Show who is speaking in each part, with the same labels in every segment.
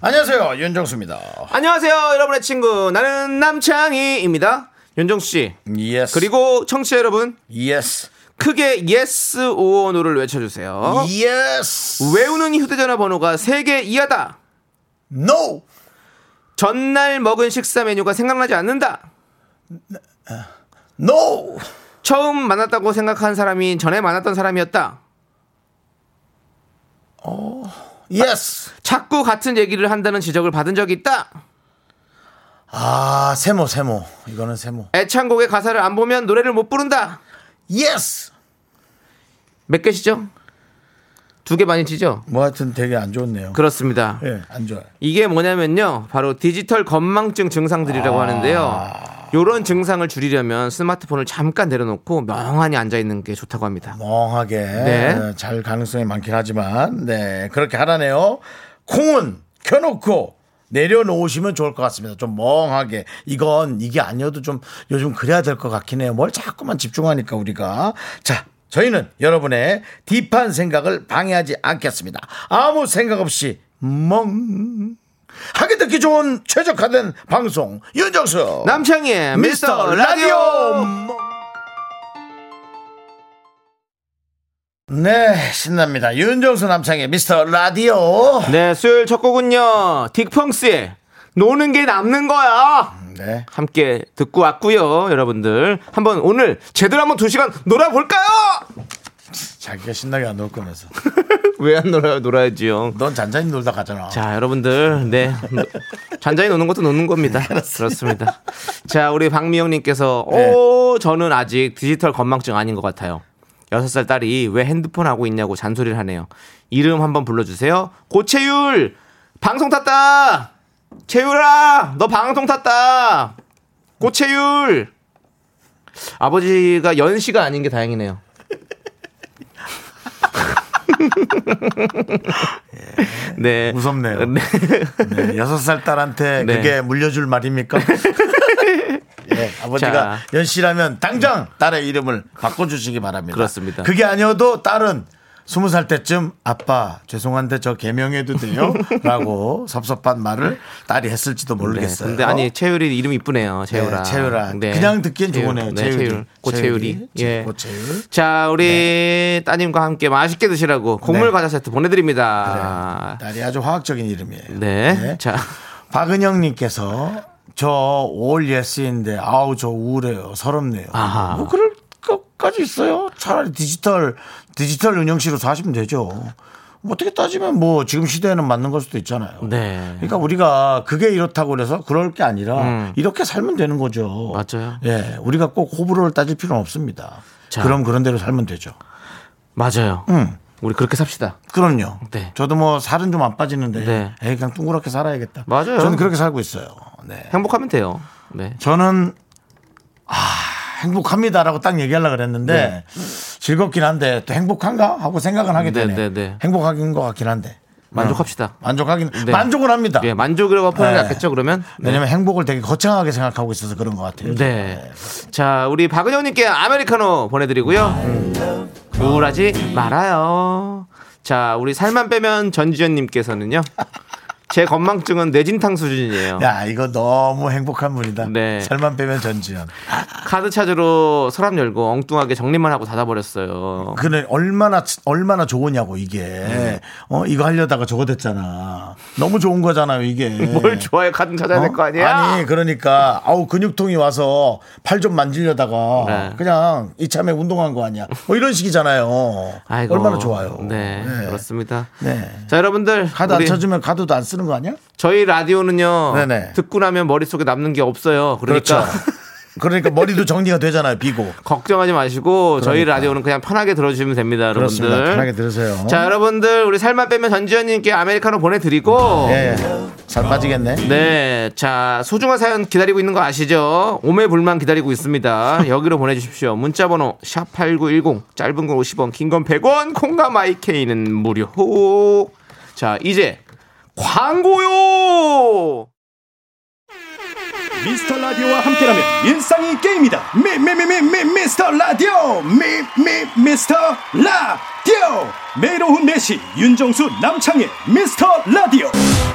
Speaker 1: 안녕하세요 윤정수입니다.
Speaker 2: 안녕하세요, 여러분의 친구 나는 남창희입니다. 윤정수 씨
Speaker 1: 예스
Speaker 2: 그리고 청취자 여러분
Speaker 1: 예스
Speaker 2: 크게 예스 오오노를 외쳐주세요.
Speaker 1: 예스
Speaker 2: 외우는 휴대전화 번호가 3개 이하다.
Speaker 1: 노
Speaker 2: 전날 먹은 식사 메뉴가 생각나지 않는다.
Speaker 1: 노.
Speaker 2: 처음 만났다고 생각한 사람이 전에 만났던 사람이었다.
Speaker 1: 예스
Speaker 2: 자꾸 같은 얘기를 한다는 지적을 받은 적이 있다.
Speaker 1: 아 세모 세모 이거는 세모
Speaker 2: 애창곡의 가사를 안 보면 노래를 못 부른다.
Speaker 1: 예스
Speaker 2: 몇 개시죠? 두 개 많이 치죠?
Speaker 1: 뭐 하여튼 되게 안 좋네요.
Speaker 2: 그렇습니다.
Speaker 1: 예안 좋아요.
Speaker 2: 이게 뭐냐면요. 바로 디지털 건망증 증상들이라고 하는데요. 요런 증상을 줄이려면 스마트폰을 잠깐 내려놓고 멍하니 앉아 있는 게 좋다고 합니다.
Speaker 1: 멍하게
Speaker 2: 네.
Speaker 1: 어, 잘 가능성이 많긴 하지만 네 그렇게 하라네요. 콩은 켜놓고 내려놓으시면 좋을 것 같습니다. 좀 멍하게 이건 이게 아니어도 좀 요즘 그래야 될 것 같긴 해요. 뭘 자꾸만 집중하니까 우리가 자. 저희는 여러분의 딥한 생각을 방해하지 않겠습니다. 아무 생각 없이 멍 하게 듣기 좋은 최적화된 방송 윤정수
Speaker 2: 남창희의 미스터 라디오.
Speaker 1: 네, 신납니다. 윤정수 남창의 미스터 라디오.
Speaker 2: 네, 수요일 첫 곡은요. 딕펑스의 노는 게 남는 거야.
Speaker 1: 네.
Speaker 2: 함께 듣고 왔고요. 여러분들 한번 오늘 제대로 한번 두 시간 놀아볼까요?
Speaker 1: 자기가 신나게 안 놀 거면서.
Speaker 2: 왜 안 놀아요? 놀아야지요.
Speaker 1: 넌 잔잔히 놀다 가잖아.
Speaker 2: 자, 여러분들, 네. 잔잔히 노는 것도 노는 겁니다. 그렇습니다. 자, 우리 박미영님께서,
Speaker 1: 네.
Speaker 2: 오, 저는 아직 디지털 건망증 아닌 것 같아요. 여섯 살 딸이 왜 핸드폰 하고 있냐고 잔소리를 하네요. 이름 한번 불러주세요. 고채율! 방송 탔다! 채율아! 너 방송 탔다! 고채율! 아버지가 연시가 아닌 게 다행이네요. 네.
Speaker 1: 무섭네요.
Speaker 2: 네.
Speaker 1: 네, 여섯 살 딸한테
Speaker 2: 네.
Speaker 1: 그게 물려줄 말입니까? 예, 아버지가
Speaker 2: 자.
Speaker 1: 연씨라면 당장 딸의 이름을 바꿔주시기 바랍니다.
Speaker 2: 그렇습니다.
Speaker 1: 그게 아니어도 딸은 스무 살 때쯤 아빠 죄송한데 저 개명해도 돼요?라고 섭섭한 말을 딸이 했을지도 모르겠어요.
Speaker 2: 네, 근데 아니 채율이 이름 이쁘네요. 채율아.
Speaker 1: 네, 채율아.
Speaker 2: 네.
Speaker 1: 그냥 듣기엔
Speaker 2: 채율.
Speaker 1: 좋으네요.
Speaker 2: 네,
Speaker 1: 채율이.
Speaker 2: 채율. 고채율이.
Speaker 1: 채율이.
Speaker 2: 예.
Speaker 1: 고채율.
Speaker 2: 자, 우리 따님과 함께 맛있게 드시라고 곡물
Speaker 1: 네.
Speaker 2: 과자 세트 보내드립니다.
Speaker 1: 딸이 아주 화학적인 이름이에요.
Speaker 2: 네. 자,
Speaker 1: 박은영님께서 저올 예스인데 아우 저 우울해요. 서럽네요.
Speaker 2: 아하.
Speaker 1: 뭐 그럴 것까지 있어요. 차라리 디지털 디지털 운영실에서 하시면 되죠. 뭐 어떻게 따지면 뭐 지금 시대에는 맞는 걸 수도 있잖아요.
Speaker 2: 네.
Speaker 1: 그러니까 우리가 그게 이렇다고 그래서 그럴 게 아니라 이렇게 살면 되는 거죠.
Speaker 2: 음. 맞아요.
Speaker 1: 예, 우리가 꼭 호불호를 따질 필요는 없습니다.
Speaker 2: 자.
Speaker 1: 그럼 그런 대로 살면 되죠.
Speaker 2: 맞아요.
Speaker 1: 음.
Speaker 2: 우리 그렇게 삽시다.
Speaker 1: 그럼요.
Speaker 2: 네.
Speaker 1: 저도 뭐 살은 좀 안 빠지는데
Speaker 2: 네.
Speaker 1: 에이 그냥 둥그렇게 살아야겠다.
Speaker 2: 맞아요.
Speaker 1: 저는 그렇게 살고 있어요. 네.
Speaker 2: 행복하면 돼요. 네.
Speaker 1: 저는 아 행복합니다라고 딱 얘기하려 그랬는데 즐겁긴 한데 또 행복한가 하고 생각은 하게
Speaker 2: 네,
Speaker 1: 되네.
Speaker 2: 네, 네.
Speaker 1: 행복하긴 것 같긴 한데 어,
Speaker 2: 만족합시다.
Speaker 1: 만족하긴
Speaker 2: 네.
Speaker 1: 만족을 합니다.
Speaker 2: 예, 만족이라고 표현이
Speaker 1: 음. 네.
Speaker 2: 낫겠죠, 그러면? 네.
Speaker 1: 왜냐면 행복을 되게 거창하게 생각하고 있어서 그런 것 같아요.
Speaker 2: 네. 자, 우리 박은영님께 아메리카노 보내드리고요.
Speaker 1: 음.
Speaker 2: 우울하지 말아요. 자, 우리 살만 빼면 전지현님께서는요. 제 건망증은 뇌진탕 수준이에요.
Speaker 1: 야 이거 너무 행복한 분이다.
Speaker 2: 네.
Speaker 1: 살만 빼면 전지현.
Speaker 2: 카드 찾으러 서랍 열고 엉뚱하게 정리만 하고 닫아버렸어요.
Speaker 1: 그래 얼마나 얼마나 좋으냐고 이게
Speaker 2: 네.
Speaker 1: 어 이거 하려다가 저거 됐잖아. 너무 좋은 거잖아요 이게.
Speaker 2: 뭘 좋아해 카드 찾아야 될 거 아니야?
Speaker 1: 어? 아니 그러니까 아우 근육통이 와서 팔 좀 만지려다가
Speaker 2: 네.
Speaker 1: 그냥 이참에 운동한 거 아니야 뭐 이런 식이잖아요
Speaker 2: 아이고.
Speaker 1: 얼마나 좋아요
Speaker 2: 네, 그렇습니다.
Speaker 1: 네.
Speaker 2: 자, 여러분들.
Speaker 1: 카드 안
Speaker 2: 우리
Speaker 1: 쳐주면 카드도 안 쓰는 거 아니야
Speaker 2: 저희 라디오는요.
Speaker 1: 네네.
Speaker 2: 듣고 나면 머릿속에 남는 게 없어요. 그러니까.
Speaker 1: 그렇죠. 그러니까 머리도 정리가 되잖아요. 비고.
Speaker 2: 걱정하지 마시고 저희
Speaker 1: 그러니까.
Speaker 2: 라디오는 그냥 편하게 들어주시면 됩니다, 여러분들.
Speaker 1: 그렇습니다. 편하게 들으세요.
Speaker 2: 자, 여러분들 우리 살만 빼면 전지현님께 아메리카노 보내드리고.
Speaker 1: 예. 살 빠지겠네.
Speaker 2: 네, 자 소중한 사연 기다리고 있는 거 아시죠? 오매불만 기다리고 있습니다. 여기로 보내주십시오. 문자번호 샵 #8910 짧은 건 50원, 긴 건 100원, 콩과 마이케이는 무료. 자 이제 광고요.
Speaker 3: 미스터 라디오와 함께라면 일상이 게임이다. 미미미미미 미스터 라디오 미미 미스터 라디오 매일 오후 4시 윤정수 남창희 미스터 라디오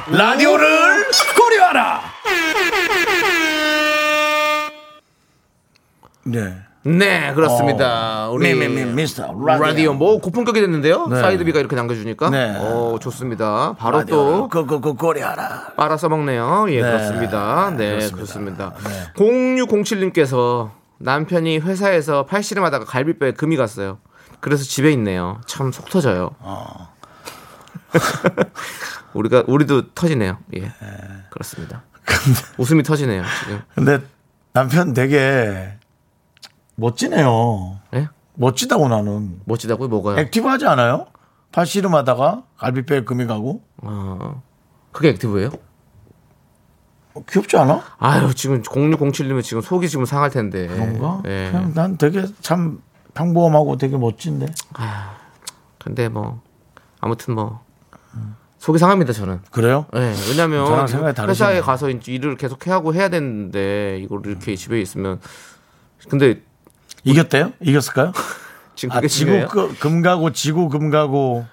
Speaker 1: 라디오를
Speaker 3: 고려하라.
Speaker 1: 네.
Speaker 2: 네, 그렇습니다. 우리
Speaker 1: 어, 미, 미, 미, 미스터 라디오.
Speaker 2: 라디오. 뭐 고품격이 됐는데요.
Speaker 1: 네.
Speaker 2: 사이드비가 이렇게 남겨주니까
Speaker 1: 네.
Speaker 2: 어 좋습니다. 바로 또
Speaker 1: 그그그 꼬리하라.
Speaker 2: 빨아 써먹네요. 예, 그렇습니다. 네, 그렇습니다. 0607님께서 남편이 회사에서 팔씨름 하다가 갈비뼈에 금이 갔어요. 그래서 집에 있네요. 참 속 터져요.
Speaker 1: 아.
Speaker 2: 우리가 우리도 터지네요. 예, 그렇습니다. 웃음이 터지네요. 지금.
Speaker 1: 근데 남편 되게 멋지네요.
Speaker 2: 예?
Speaker 1: 멋지다고 나는.
Speaker 2: 멋지다고요? 뭐가요?
Speaker 1: 액티브하지 않아요? 팔씨름하다가 갈비뼈에 금이 가고
Speaker 2: 어, 그게 액티브예요?
Speaker 1: 어, 귀엽지 않아?
Speaker 2: 아유 지금 0607님은 지금 속이 지금 상할 텐데.
Speaker 1: 뭔가?
Speaker 2: 예.
Speaker 1: 그냥 난 되게 참 평범하고 되게 멋진데.
Speaker 2: 근데 뭐 아무튼 뭐 속이 상합니다 저는.
Speaker 1: 그래요?
Speaker 2: 예, 왜냐면
Speaker 1: 저랑 생각이 다르시네요.
Speaker 2: 회사에 가서 이제 일을 계속 해하고 해야 되는데 이걸 이렇게 집에 있으면 근데
Speaker 1: 이겼대요? 이겼을까요?
Speaker 2: 지금
Speaker 1: 아,
Speaker 2: 그게
Speaker 1: 지구
Speaker 2: 집에요?
Speaker 1: 그, 금가고 지구 금가고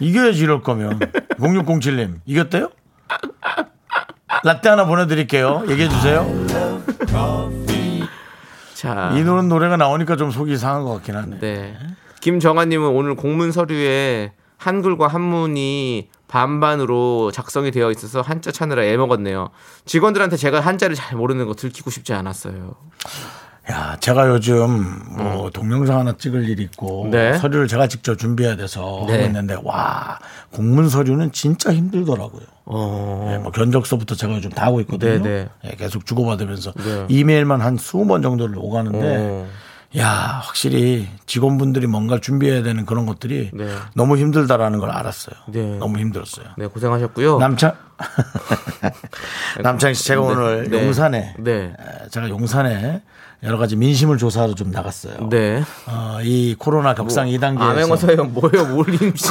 Speaker 1: 이겨야지 이럴 거면 0607님 이겼대요? 라떼 하나 보내드릴게요. 얘기해 주세요.
Speaker 2: 자,
Speaker 1: 이 노래 노래가 나오니까 좀 속이 상한 것 같긴 그 하네.
Speaker 2: 네. 김정아님은 오늘 공문 서류에 한글과 한문이 반반으로 작성이 되어 있어서 한자 찾느라 애먹었네요. 직원들한테 제가 한자를 잘 모르는 거 들키고 싶지 않았어요.
Speaker 1: 야, 제가 요즘 뭐 동영상 하나 찍을 일이 있고
Speaker 2: 음. 네.
Speaker 1: 서류를 제가 직접 준비해야 돼서
Speaker 2: 네.
Speaker 1: 하고 있는데 와 공문 서류는 진짜 힘들더라고요.
Speaker 2: 어.
Speaker 1: 예, 뭐 견적서부터 제가 요즘 다 하고 있거든요.
Speaker 2: 네,
Speaker 1: 예, 계속 주고받으면서 이메일만 한 20번 정도를
Speaker 2: 어.
Speaker 1: 오가는데
Speaker 2: 네.
Speaker 1: 야 확실히 직원분들이 뭔가 준비해야 되는 그런 것들이
Speaker 2: 네.
Speaker 1: 너무 힘들다라는 걸 알았어요.
Speaker 2: 네.
Speaker 1: 너무 힘들었어요.
Speaker 2: 네, 고생하셨고요.
Speaker 1: 남창 남창 씨 제가
Speaker 2: 네,
Speaker 1: 오늘
Speaker 2: 네.
Speaker 1: 용산에
Speaker 2: 네.
Speaker 1: 에, 제가 용산에 여러 가지 민심을 조사하러 좀 나갔어요.
Speaker 2: 네. 뭐,
Speaker 1: 어, 이 코로나 격상 2단계에서
Speaker 2: 아맹어서형 뭐예요? 몰림씨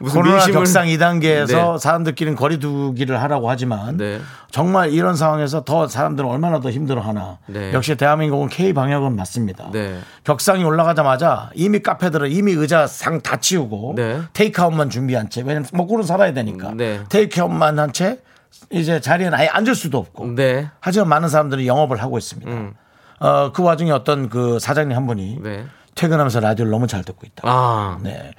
Speaker 2: 무슨
Speaker 1: 코로나
Speaker 2: 민심을
Speaker 1: 격상 2단계에서
Speaker 2: 네.
Speaker 1: 사람들끼리는 거리두기를 하라고 하지만
Speaker 2: 네.
Speaker 1: 정말 이런 상황에서 더 사람들은 얼마나 더 힘들어하나.
Speaker 2: 네.
Speaker 1: 역시 대한민국은 K 방역은 맞습니다.
Speaker 2: 네.
Speaker 1: 격상이 올라가자마자 이미 카페들은 이미 의자 상 다 치우고
Speaker 2: 네.
Speaker 1: 테이크아웃만 준비한 채 왜냐면 먹고는 살아야 되니까
Speaker 2: 네.
Speaker 1: 테이크아웃만 한 채 이제 자리에는 아예 앉을 수도 없고
Speaker 2: 네. 음.
Speaker 1: 하지만 많은 사람들이 영업을 하고 있습니다. 어, 그 와중에 어떤 그 사장님 한 분이
Speaker 2: 네.
Speaker 1: 퇴근하면서 라디오를 너무 잘 듣고 있다.
Speaker 2: 아,
Speaker 1: 네.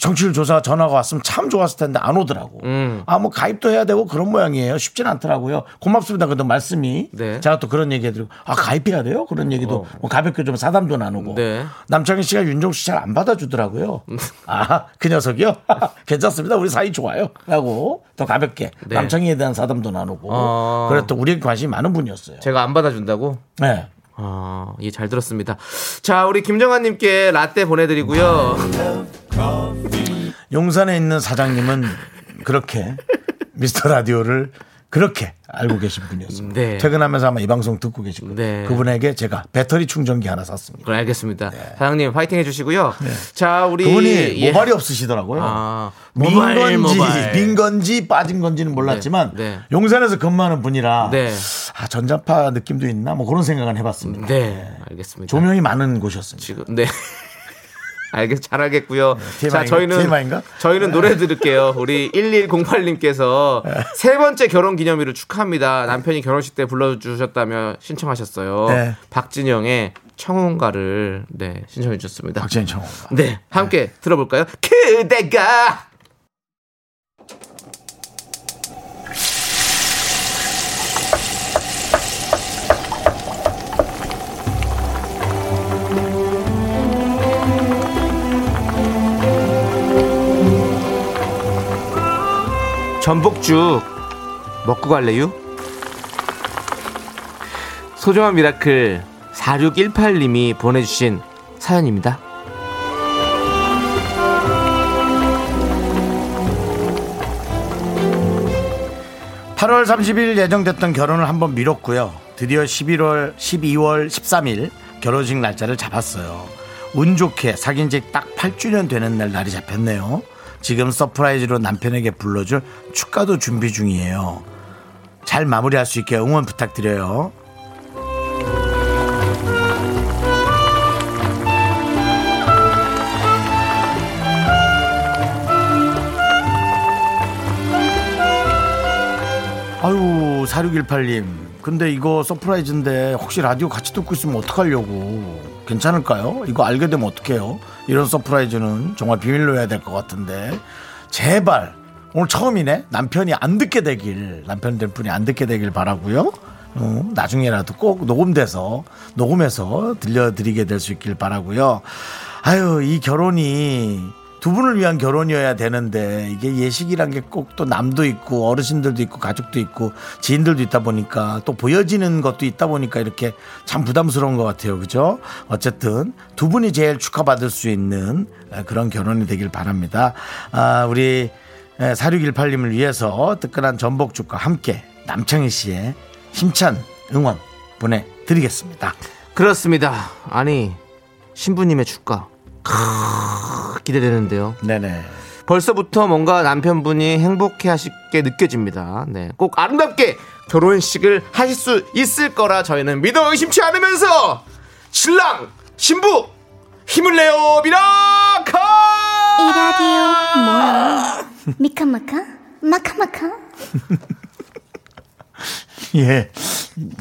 Speaker 1: 정치율 조사 전화가 왔으면 참 좋았을 텐데 안 오더라고.
Speaker 2: 음.
Speaker 1: 아, 뭐 가입도 해야 되고 그런 모양이에요. 쉽진 않더라고요. 고맙습니다. 그래도 말씀이.
Speaker 2: 네. 어.
Speaker 1: 제가 또 그런 얘기 해드리고, 아, 가입해야 돼요? 그런 얘기도 뭐 가볍게 좀 사담도 나누고.
Speaker 2: 네.
Speaker 1: 남창희 씨가 윤종수 씨 잘 안 받아주더라고요. 아, 그 녀석이요? 괜찮습니다. 우리 사이 좋아요. 라고 더 가볍게
Speaker 2: 네.
Speaker 1: 남창희에 대한 사담도 나누고.
Speaker 2: 어.
Speaker 1: 그랬던 우리에게 관심이 많은 분이었어요.
Speaker 2: 제가 안 받아준다고?
Speaker 1: 네.
Speaker 2: 아, 예, 잘 들었습니다. 자, 우리 김정환님께 라떼 보내드리고요.
Speaker 1: 네. 용산에 있는 사장님은 그렇게 미스터 라디오를 그렇게 알고 계신 분이었습니다.
Speaker 2: 네.
Speaker 1: 퇴근하면서 아마 이 방송 듣고 계실 거예요.
Speaker 2: 네.
Speaker 1: 그분에게 제가 배터리 충전기 하나 샀습니다.
Speaker 2: 그럼 알겠습니다. 사장님, 파이팅 해주시고요. 자, 우리.
Speaker 1: 네. 그분이
Speaker 2: 예.
Speaker 1: 모발이 없으시더라고요.
Speaker 2: 아,
Speaker 1: 민
Speaker 2: 모발,
Speaker 1: 건지
Speaker 2: 모발.
Speaker 1: 민 건지 빠진 건지는 몰랐지만
Speaker 2: 네, 네.
Speaker 1: 용산에서 근무하는 분이라
Speaker 2: 네.
Speaker 1: 아, 전자파 느낌도 있나 뭐 그런 생각은 해봤습니다.
Speaker 2: 네, 알겠습니다.
Speaker 1: 조명이 많은 곳이었습니다.
Speaker 2: 지금, 네. 알겠, 잘 알겠고요. 자,
Speaker 1: 네, TMI 인가?
Speaker 2: 저희는,
Speaker 1: TMI 인가? 네.
Speaker 2: 저희는 노래 들을게요. 우리 1108님께서 세 번째 결혼 기념일을 축하합니다. 남편이 결혼식 때 불러주셨다며 신청하셨어요.
Speaker 1: 네.
Speaker 2: 박진영의 청혼가를, 네, 신청해 주셨습니다.
Speaker 1: 박재인 청
Speaker 2: 네, 함께 들어볼까요? 그대가 전복죽 먹고 갈래요? 소중한 미라클 4618님이 보내주신 사연입니다.
Speaker 1: 팔월 30일 예정됐던 결혼을 한번 미뤘고요. 드디어 11월, 12월 13일 결혼식 날짜를 잡았어요. 운 좋게 사귄 지 딱 8주년 되는 날 날이 잡혔네요. 지금 서프라이즈로 남편에게 불러줄 축가도 준비 중이에요. 잘 마무리할 수 있게 응원 부탁드려요. 아유 4618님 근데 이거 서프라이즈인데 혹시 라디오 같이 듣고 있으면 어떡하려고 괜찮을까요? 이거 알게 되면 어떡해요? 이런 서프라이즈는 정말 비밀로 해야 될 것 같은데 제발 오늘 처음이네 남편이 안 듣게 되길 남편 될 분이 안 듣게 되길 바라고요 어, 나중에라도 꼭 녹음돼서 녹음해서 들려드리게 될 수 있길 바라고요 아유 이 결혼이 두 분을 위한 결혼이어야 되는데 이게 예식이란 게 꼭 또 남도 있고 어르신들도 있고 가족도 있고 지인들도 있다 보니까 또 보여지는 것도 있다 보니까 이렇게 참 부담스러운 것 같아요. 그죠? 어쨌든 두 분이 제일 축하받을 수 있는 아, 그런 결혼이 되길 바랍니다. 아, 우리 4618님을 위해서 뜨끈한 전복죽과 함께 남창희 씨의 힘찬 응원 보내드리겠습니다.
Speaker 2: 그렇습니다. 아니 신부님의 축가 크으, 기대되는데요.
Speaker 1: 네네.
Speaker 2: 벌써부터 뭔가 남편분이 행복해하시게 느껴집니다. 네, 꼭 아름답게 결혼식을 하실 수 있을 거라 저희는 믿어 의심치 않으면서 신랑 신부 힘을 내요 미라카.
Speaker 4: 이 라디오 뭐야? 미카마카? 마카마카?
Speaker 1: 예.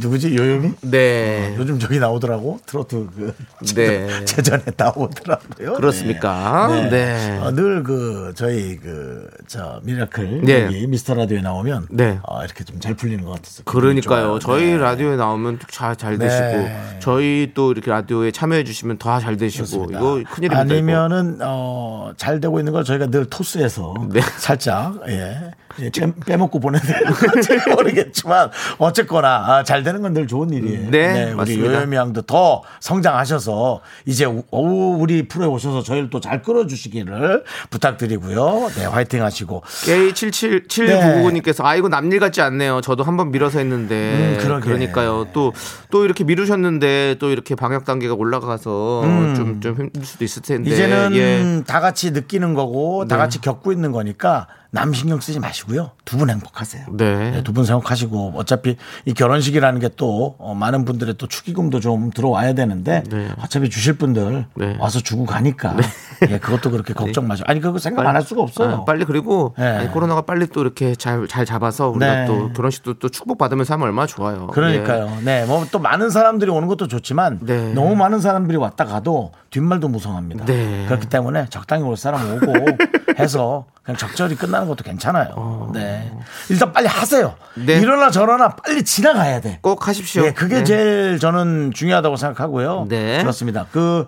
Speaker 1: 누구지? 요요미?
Speaker 2: 네,
Speaker 1: 예. 요즘 저기 나오더라고 트로트 그
Speaker 2: 네.
Speaker 1: 재전에 나오더라고요.
Speaker 2: 그렇습니까?
Speaker 1: 네.
Speaker 2: 네.
Speaker 1: 늘 그 저희 그 저 미라클
Speaker 2: 네.
Speaker 1: 여기 미스터 라디오에 나오면
Speaker 2: 네.
Speaker 1: 어, 이렇게 좀 잘 풀리는 것 같아서 기분이
Speaker 2: 그러니까요.
Speaker 1: 좋아요.
Speaker 2: 저희
Speaker 1: 네.
Speaker 2: 라디오에 나오면 잘 잘
Speaker 1: 네.
Speaker 2: 되시고 저희 또 이렇게 라디오에 참여해 주시면 더 잘 되시고
Speaker 1: 그렇습니다.
Speaker 2: 뭐 이거 큰일입니다. 이거.
Speaker 1: 아니면은 어, 잘 되고 있는 걸 저희가 늘 토스해서
Speaker 2: 네.
Speaker 1: 살짝 예, 예, 빼, 빼먹고 보내드릴지 모르겠지만 어쨌거나 아, 잘 되는 건 늘 좋은 일이에요.
Speaker 2: 네,
Speaker 1: 우리
Speaker 2: 맞습니다.
Speaker 1: 요요미 양도 더 성장하셔서 이제 우- 어우, 우리 프로에 오셔서 저희를 또 잘 끌어주시기를 부탁드리고요. 네, 화이팅 하시고
Speaker 2: K77799님께서 아 이거 남일 같지 않네요. 저도 한번 밀어서 했는데
Speaker 1: 네. 음, 그러게.
Speaker 2: 그러니까요. 또 또 이렇게 미루셨는데 또 이렇게 방역 단계가 올라가서 좀 좀 힘들 수도 있을 텐데
Speaker 1: 음. 이제는
Speaker 2: 예. 네.
Speaker 1: 다 같이 느끼는 거고 다 같이 겪고 있는 거니까 남 신경 쓰지 마시고요. 두 분 행복하세요.
Speaker 2: 네.
Speaker 1: 두 분 생각하시고 어차피 이 결혼식이라는 게 또 어, 많은 분들의 또 축의금도 좀 들어와야 되는데 어차피 주실 분들
Speaker 2: 네.
Speaker 1: 와서 주고 가니까 예, 그것도 그렇게 걱정 마시고 아니 그거 생각 안 할 수가 없어요.
Speaker 2: 아, 빨리 그리고
Speaker 1: 예.
Speaker 2: 아니, 코로나가 빨리 또 이렇게 잘, 잘 잡아서 우리가
Speaker 1: 네.
Speaker 2: 또 결혼식도 또 축복받으면서 하면 얼마나 좋아요. 예.
Speaker 1: 그러니까요. 네, 뭐 또 많은 사람들이 오는 것도 좋지만
Speaker 2: 네.
Speaker 1: 너무 많은 사람들이 왔다 가도 뒷말도 무성합니다.
Speaker 2: 네.
Speaker 1: 그렇기 때문에 적당히 올 사람 오고 해서 그냥 적절히 끝나는 것도 괜찮아요. 네, 일단 빨리 하세요.
Speaker 2: 어. 네.
Speaker 1: 이러나 저러나 빨리 지나가야 돼.
Speaker 2: 꼭 하십시오.
Speaker 1: 예, 그게
Speaker 2: 네.
Speaker 1: 제일 저는 중요하다고 생각하고요.
Speaker 2: 네.
Speaker 1: 그렇습니다. 그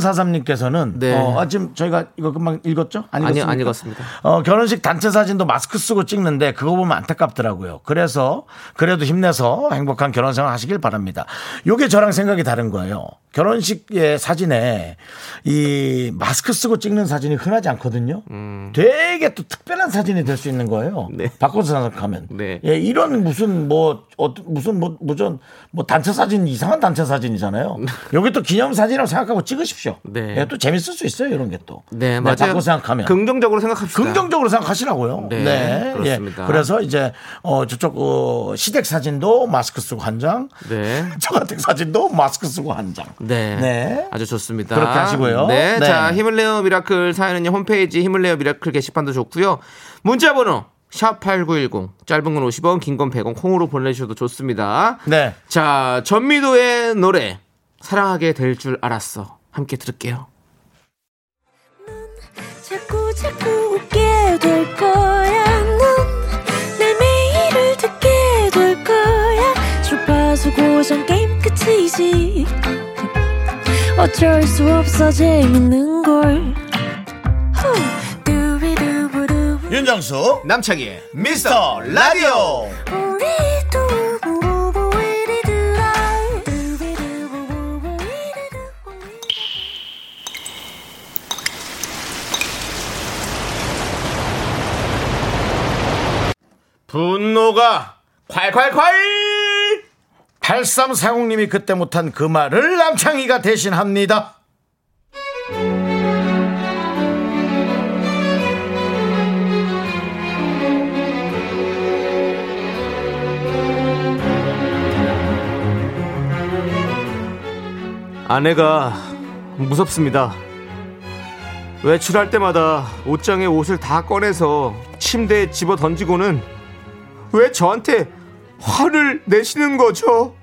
Speaker 1: 7343님께서는
Speaker 2: 네.
Speaker 1: 어, 아, 지금 저희가 이거 금방 읽었죠? 안
Speaker 2: 아니요,
Speaker 1: 읽었습니까?
Speaker 2: 안 읽었습니다.
Speaker 1: 어, 결혼식 단체 사진도 마스크 쓰고 찍는데 그거 보면 안타깝더라고요. 그래서 그래도 힘내서 행복한 결혼 생활 하시길 바랍니다. 요게 저랑 생각이 다른 거예요. 결혼식의 사진에 이 마스크 쓰고 찍는 사진이 흔하지 않거든요. 되게 또 특별한 사진이 될 수 있는 거예요.
Speaker 2: 음. 네.
Speaker 1: 바꿔서 생각하면.
Speaker 2: 네.
Speaker 1: 예, 이런 무슨 뭐 어떤 무슨 뭐 무슨 뭐 단체 사진 이상한 단체 사진이잖아요. 여기 또 기념 사진이라고 생각하고 찍으십시오.
Speaker 2: 네.
Speaker 1: 예, 또 재밌을 수 있어요, 이런 게 또.
Speaker 2: 네, 맞아요.
Speaker 1: 바꿔 생각하면.
Speaker 2: 긍정적으로 생각합시다.
Speaker 1: 긍정적으로 생각하시라고요.
Speaker 2: 네, 그렇습니다.
Speaker 1: 예. 그래서 이제 어 저쪽 어, 시댁 사진도 마스크 쓰고 한 장,
Speaker 2: 네.
Speaker 1: 청와댁 사진도 마스크 쓰고 한 장.
Speaker 2: 네.
Speaker 1: 네.
Speaker 2: 아주 좋습니다.
Speaker 1: 그렇게 하시고요.
Speaker 2: 네.
Speaker 1: 네.
Speaker 2: 자, 힘을 내요 미라클 사연은요. 홈페이지 힘을 내요 미라클 게시판도 좋고요. 문자 번호 샵8910 짧은 건 50원, 긴 건 100원 콩으로 보내 주셔도 좋습니다.
Speaker 1: 네.
Speaker 2: 자, 전미도의 노래 사랑하게 될 줄 알았어. 함께 들을게요.
Speaker 5: 자꾸 자꾸 웃게 될 거야. 넌내 매일을 듣게 될 거야. 주파수 고정 게임 끝이지. 어쩔 수 없어 재밌는 걸. 후. 두비두부두.
Speaker 1: 윤정수
Speaker 2: 남창희
Speaker 1: 미스터 라디오.
Speaker 5: 우리 두부부부 우리 두라.
Speaker 2: 분노가 콸콸콸!
Speaker 1: 8340님이 그때 못한 그 말을 남창희가 대신합니다.
Speaker 2: 아내가 무섭습니다. 외출할 때마다 옷장에 옷을 다 꺼내서 침대에 집어 던지고는 왜 저한테 화를 내시는 거죠?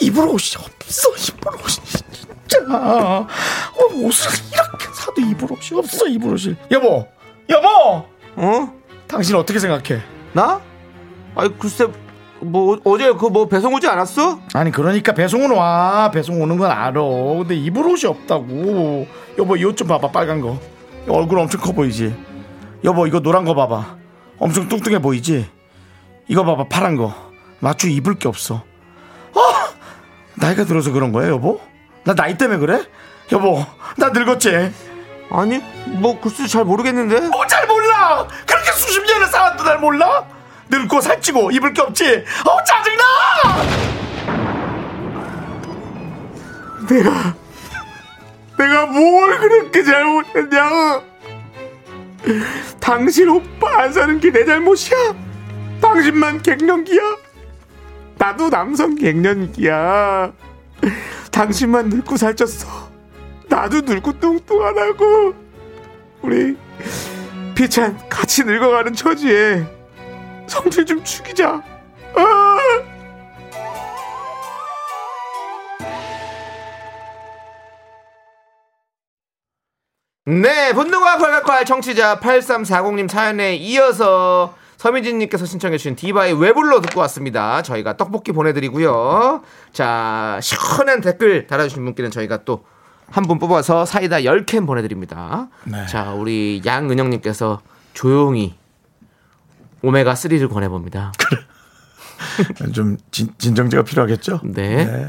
Speaker 1: 입으로 옷이 없어 입으로 옷이 진짜 어, 옷을 이렇게 사도 입으로 옷이 없어 입으로 옷이 여보 여보
Speaker 2: 어?
Speaker 1: 당신 어떻게 생각해
Speaker 2: 나? 아이 글쎄 뭐 어제 그 뭐 배송 오지 않았어?
Speaker 1: 아니 그러니까 배송은 와 배송 오는 건 알아 근데 입을 옷이 없다고 여보 이 옷 좀 봐봐 빨간 거 이거 얼굴 엄청 커 보이지 여보 이거 노란 거 봐봐 엄청 뚱뚱해 보이지 이거 봐봐 파란 거 마추 입을 게 없어 아 나이가 들어서 그런 거야 여보 나 나이 때문에 그래 여보 나 늙었지
Speaker 2: 아니 뭐 글쎄 어, 잘 모르겠는데
Speaker 1: 뭐 잘 몰라 그렇게 수십 년을 살았도 날 몰라 늙고 살찌고 입을 게 없지 어 짜증나
Speaker 2: 내가 뭘 그렇게 잘못했냐고 당신 오빠 안 사는 게 내 잘못이야 당신만 갱년기야 나도 남성 갱년기야 당신만 늙고 살쪘어 나도 늙고 뚱뚱하다고 우리 피찬 같이 늙어가는 처지에 성질 좀 죽이자 아! 네, 분노가 콸콸콸 청취자 8340님 사연에 이어서 서민진님께서 신청해주신 디바의 외불로 듣고 왔습니다. 저희가 떡볶이 보내드리고요. 자, 시원한 댓글 달아주신 분께는 저희가 또 한 분 뽑아서 사이다 10캔 보내드립니다. 자, 우리 양은영님께서 조용히 오메가3를 권해봅니다.
Speaker 1: 좀 진, 진정제가 필요하겠죠?
Speaker 2: 네.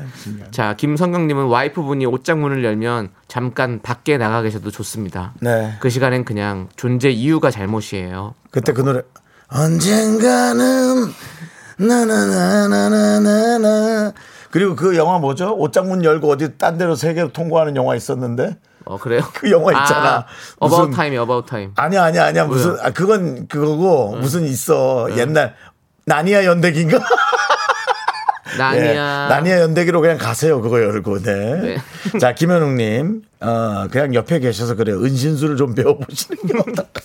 Speaker 2: 자, 김성경님은 와이프분이 옷장 문을 열면 잠깐 밖에 나가 계셔도 좋습니다.
Speaker 1: 네.
Speaker 2: 그 시간엔 그냥 존재 이유가 잘못이에요.
Speaker 1: 그때 그 노래 언젠가는 나나나나나나나 그리고 그 영화 뭐죠? 옷장 문 열고 어디 딴 데로 세계로 통과하는 영화 있었는데
Speaker 2: 어 그래요?
Speaker 1: 그 영화 있잖아.
Speaker 2: 아,
Speaker 1: 무슨-
Speaker 2: About Time, About Time.
Speaker 1: 아니야 아니야 아니야 무슨 아 그건 그거고 무슨 있어 옛날 나니아 연대기인가?
Speaker 2: 나니아.
Speaker 1: 예, 나니아 연대기로 그냥 가세요. 그거 열고. 네. 자, 김현웅님, 어, 그냥 옆에 계셔서 그래요. 은신술을 좀 배워보시는 게 어떨까.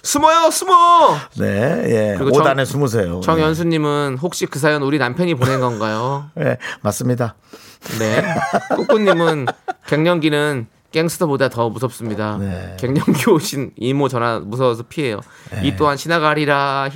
Speaker 2: 숨어요, 숨어.
Speaker 1: 네, 예.
Speaker 2: 그리고
Speaker 1: 옷
Speaker 2: 정-
Speaker 1: 안에 숨으세요.
Speaker 2: 정연수님은 혹시 그 사연 우리 남편이 보낸 건가요?
Speaker 1: 예, 맞습니다.
Speaker 2: 네. 꾸꾸님은 갱년기는 갱스터보다 더 무섭습니다.
Speaker 1: 네.
Speaker 2: 갱년기 오신 이모 전화 무서워서 피해요. 이 또한 지나가리라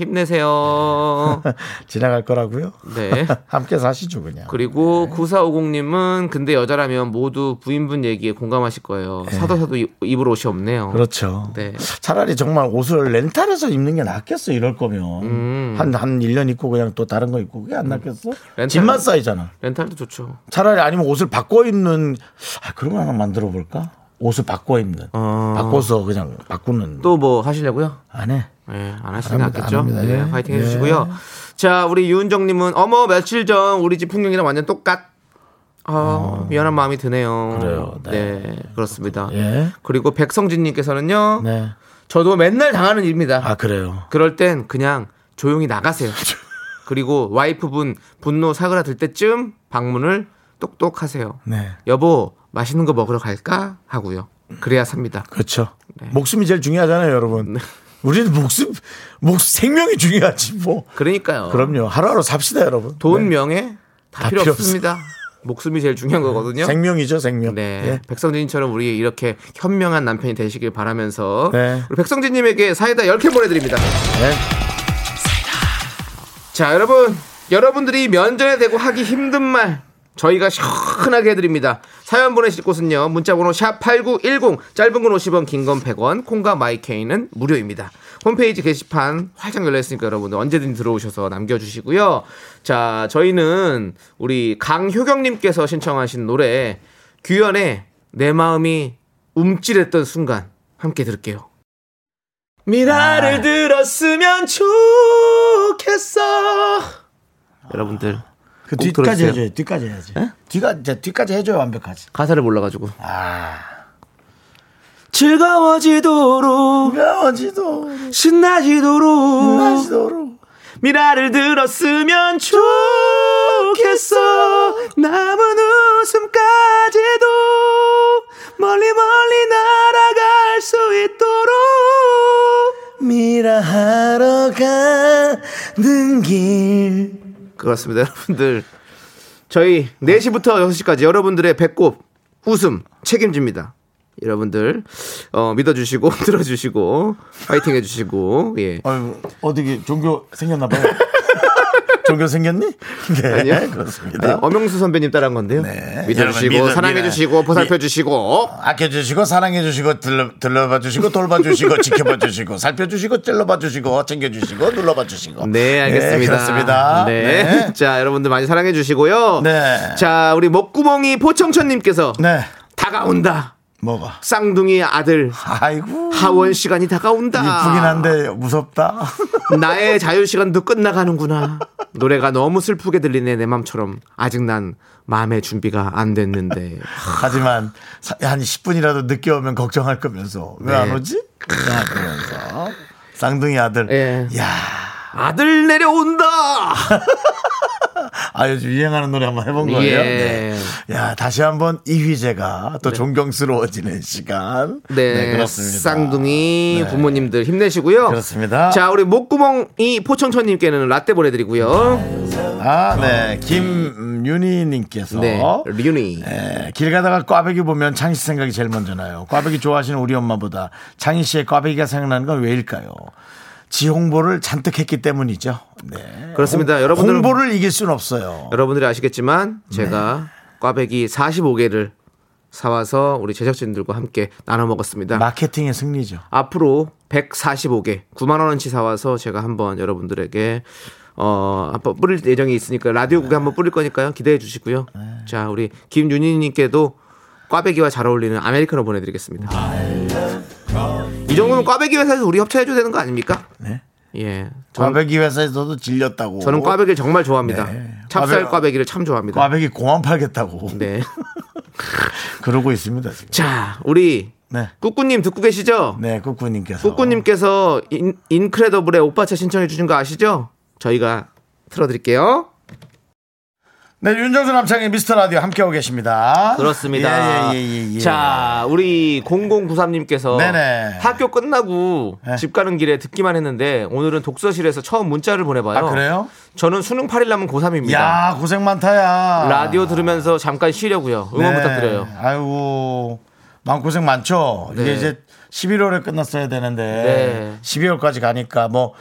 Speaker 2: 힘내세요.
Speaker 1: 지나갈 거라고요.
Speaker 2: 네.
Speaker 1: 함께 사시죠, 그냥.
Speaker 2: 그리고
Speaker 1: 네.
Speaker 2: 9450님은 근데 여자라면 모두 부인분 얘기에 공감하실 거예요. 사도 사도 이- 입을 옷이 없네요.
Speaker 1: 네. 그렇죠.
Speaker 2: 네.
Speaker 1: 차라리 정말 옷을 렌탈해서 입는 게 낫겠어, 이럴 거면. 한, 한 1년 입고 그냥 또 다른 거 입고 그게 안 낫겠어?
Speaker 2: 음. 렌탈-
Speaker 1: 집만 쌓이잖아.
Speaker 2: 렌탈도 좋죠.
Speaker 1: 차라리 아니면 옷을 바꿔 입는, 아, 그런 거 하나 만들어 볼까? 옷을 바꿔 입는.
Speaker 2: 어.
Speaker 1: 바꿔서 그냥 바꾸는.
Speaker 2: 또 뭐 하시려고요?
Speaker 1: 안 해.
Speaker 2: 예, 안 하시는
Speaker 1: 안
Speaker 2: 게
Speaker 1: 합니다,
Speaker 2: 낫겠죠?
Speaker 1: 안 합니다.
Speaker 2: 네,
Speaker 1: 예.
Speaker 2: 파이팅 해주시고요. 자, 우리 유은정님은 어머 며칠 전 우리 집 풍경이랑 완전 똑같. 아, 미안한 마음이 드네요.
Speaker 1: 어. 그래요,
Speaker 2: 네.
Speaker 1: 네.
Speaker 2: 그렇습니다.
Speaker 1: 예.
Speaker 2: 그리고 백성진님께서는요.
Speaker 1: 네.
Speaker 2: 저도 맨날 당하는 일입니다.
Speaker 1: 아, 그래요.
Speaker 2: 그럴 땐 그냥 조용히 나가세요. 그리고 와이프분 분노 사그라들 때쯤 방문을 똑똑 하세요.
Speaker 1: 네.
Speaker 2: 여보, 맛있는 거 먹으러 갈까? 하고요. 그래야 삽니다.
Speaker 1: 그렇죠.
Speaker 2: 네.
Speaker 1: 목숨이 제일 중요하잖아요, 여러분. 우리는 목숨, 목숨, 생명이 중요하지, 뭐.
Speaker 2: 그러니까요.
Speaker 1: 그럼요. 하루하루 삽시다, 여러분.
Speaker 2: 돈
Speaker 1: 네.
Speaker 2: 명예 다,
Speaker 1: 다
Speaker 2: 필요
Speaker 1: 필요
Speaker 2: 없습니다. 네. 목숨이 제일 중요한 거거든요.
Speaker 1: 생명이죠, 생명.
Speaker 2: 네,
Speaker 1: 예.
Speaker 2: 백성진처럼 우리 이렇게 현명한 남편이 되시길 바라면서
Speaker 1: 네.
Speaker 2: 우리 백성진님에게 사이다 10개 보내드립니다.
Speaker 1: 네.
Speaker 2: 자, 여러분, 여러분들이 면전에 대고 하기 힘든 말 저희가 시원하게 해드립니다. 사연 보내실 곳은요. 문자번호 샵8910 짧은 건 50원 긴 건 100원 콩과 마이케이는 무료입니다. 홈페이지 게시판 활짝 열려있으니까 여러분들 언제든 들어오셔서 남겨주시고요. 자 저희는 우리 강효경님께서 신청하신 노래 규현의 내 마음이 움찔했던 순간 함께 들을게요. 미라를
Speaker 1: 아.
Speaker 2: 들었으면 좋겠어. 여러분들
Speaker 1: 그
Speaker 2: 꼭
Speaker 1: 뒤까지
Speaker 2: 들어주세요. 예?
Speaker 1: 해줘요. 뒤까지 해야지. 뒤가 이제 뒤까지 해줘야 완벽하지.
Speaker 2: 가사를 몰라가지고
Speaker 1: 아.
Speaker 2: 즐거워지도록
Speaker 1: 그러지도
Speaker 2: 신나지도록
Speaker 1: 그러지도록
Speaker 2: 미라를 들었으면 좋겠어 남은 웃음까지도 멀리 멀리 날아갈 수 있도록
Speaker 1: 미라하러 가는 길.
Speaker 2: 그렇습니다 여러분들 저희 4시부터 6시까지 여러분들의 배꼽 웃음 책임집니다 여러분들 어, 믿어주시고 들어주시고 파이팅 해주시고 예
Speaker 1: 아유, 어디 종교 생겼나 봐요. 종교 생겼니? 네,
Speaker 2: 아니요.
Speaker 1: 그렇습니다.
Speaker 2: 네, 엄영수 선배님 따라한 건데요.
Speaker 1: 네.
Speaker 2: 믿어주시고
Speaker 1: 여러분, 믿어-
Speaker 2: 사랑해주시고
Speaker 1: 믿어-
Speaker 2: 보살펴주시고
Speaker 1: 아껴주시고 사랑해주시고 들러, 들러봐주시고 돌봐주시고 지켜봐주시고 살펴주시고 찔러봐주시고 챙겨주시고 눌러봐주시고
Speaker 2: 네 알겠습니다.
Speaker 1: 네, 그렇습니다.
Speaker 2: 네.
Speaker 1: 네.
Speaker 2: 자 여러분들 많이 사랑해주시고요.
Speaker 1: 네.
Speaker 2: 자 우리 먹구멍이 포청천님께서
Speaker 1: 네.
Speaker 2: 다가온다.
Speaker 1: 뭐가?
Speaker 2: 쌍둥이 아들
Speaker 1: 아이고
Speaker 2: 하원 시간이 다가온다.
Speaker 1: 이쁘긴 한데 무섭다.
Speaker 2: 나의 자유 시간도 끝나가는구나. 노래가 너무 슬프게 들리네 내 맘처럼 아직 난 마음의 준비가 안 됐는데
Speaker 1: 하지만 사- 한 10분이라도 늦게 오면 걱정할 거면서 왜 안
Speaker 2: 네.
Speaker 1: 오지? 야, 그러면서 쌍둥이 아들.
Speaker 2: 예.
Speaker 1: 야,
Speaker 2: 아들 내려온다.
Speaker 1: 아 요즘 유행하는 노래 한번 해본 거예요.
Speaker 2: 예.
Speaker 1: 네. 야, 다시 한번 이휘재가 또 존경스러워지는 시간.
Speaker 2: 네, 쌍둥이
Speaker 1: 네.
Speaker 2: 부모님들 힘내시고요.
Speaker 1: 그렇습니다.
Speaker 2: 자, 우리 목구멍이 포청천님께는 라떼 보내드리고요.
Speaker 1: 아, 네. 김윤희님께서.
Speaker 2: 네, 류니.
Speaker 1: 네, 길 가다가 꽈배기 보면 창희 씨 생각이 제일 먼저 나요. 꽈배기 좋아하시는 우리 엄마보다 창희 씨의 꽈배기가 생각나는 건 왜일까요? 지 홍보를 잔뜩 했기 때문이죠. 네.
Speaker 2: 그렇습니다.
Speaker 1: 홍-
Speaker 2: 여러분들은-
Speaker 1: 홍보를 네. 이길 수는 없어요.
Speaker 2: 여러분들이 아시겠지만 제가 꽈배기 45개를 사와서 우리 제작진들과 함께 나눠 먹었습니다.
Speaker 1: 마케팅의 승리죠.
Speaker 2: 앞으로 145개 9만 원어치 사와서 제가 한번 여러분들에게 어 한번 뿌릴 예정이 있으니까 라디오국에 한번 뿌릴 거니까요 기대해 주시고요.
Speaker 1: 네.
Speaker 2: 자 우리 김윤희님께도 꽈배기와 잘 어울리는 아메리카노 보내드리겠습니다. 이 정도면 꽈배기 회사에서 우리 협찬해줘야 되는 거 아닙니까? 네. 예. 저는,
Speaker 1: 꽈배기 회사에서도 질렸다고.
Speaker 2: 저는 꽈배기를 정말 좋아합니다.
Speaker 1: 네.
Speaker 2: 찹쌀
Speaker 1: 꽈배-
Speaker 2: 꽈배기를 참 좋아합니다.
Speaker 1: 꽈배기 공항 팔겠다고.
Speaker 2: 네.
Speaker 1: 그러고 있습니다. 지금.
Speaker 2: 자 우리
Speaker 1: 네.
Speaker 2: 꾸꾸님 듣고 계시죠?
Speaker 1: 네, 꾸꾸님께서.
Speaker 2: 꾸꾸님께서 인, 인크레더블의 오빠차 신청해 주신 거 아시죠? 저희가 틀어드릴게요.
Speaker 1: 네, 윤정수 남창의 미스터 라디오 함께하고 계십니다.
Speaker 2: 그렇습니다.
Speaker 1: 예, 예, 예, 예, 예.
Speaker 2: 자, 우리 0093님께서
Speaker 1: 네네.
Speaker 2: 학교 끝나고
Speaker 1: 네.
Speaker 2: 집 가는 길에 듣기만 했는데 오늘은 독서실에서 처음 문자를 보내봐요.
Speaker 1: 아, 그래요?
Speaker 2: 저는 수능 8일 남은 고3입니다.
Speaker 1: 야, 고생 많다야.
Speaker 2: 라디오 들으면서 잠깐 쉬려고요. 응원 부탁드려요.
Speaker 1: 네. 아이고 마음 고생 많죠. 이게
Speaker 2: 네.
Speaker 1: 이제 11월에 끝났어야 되는데
Speaker 2: 네.
Speaker 1: 12월까지 가니까 뭐.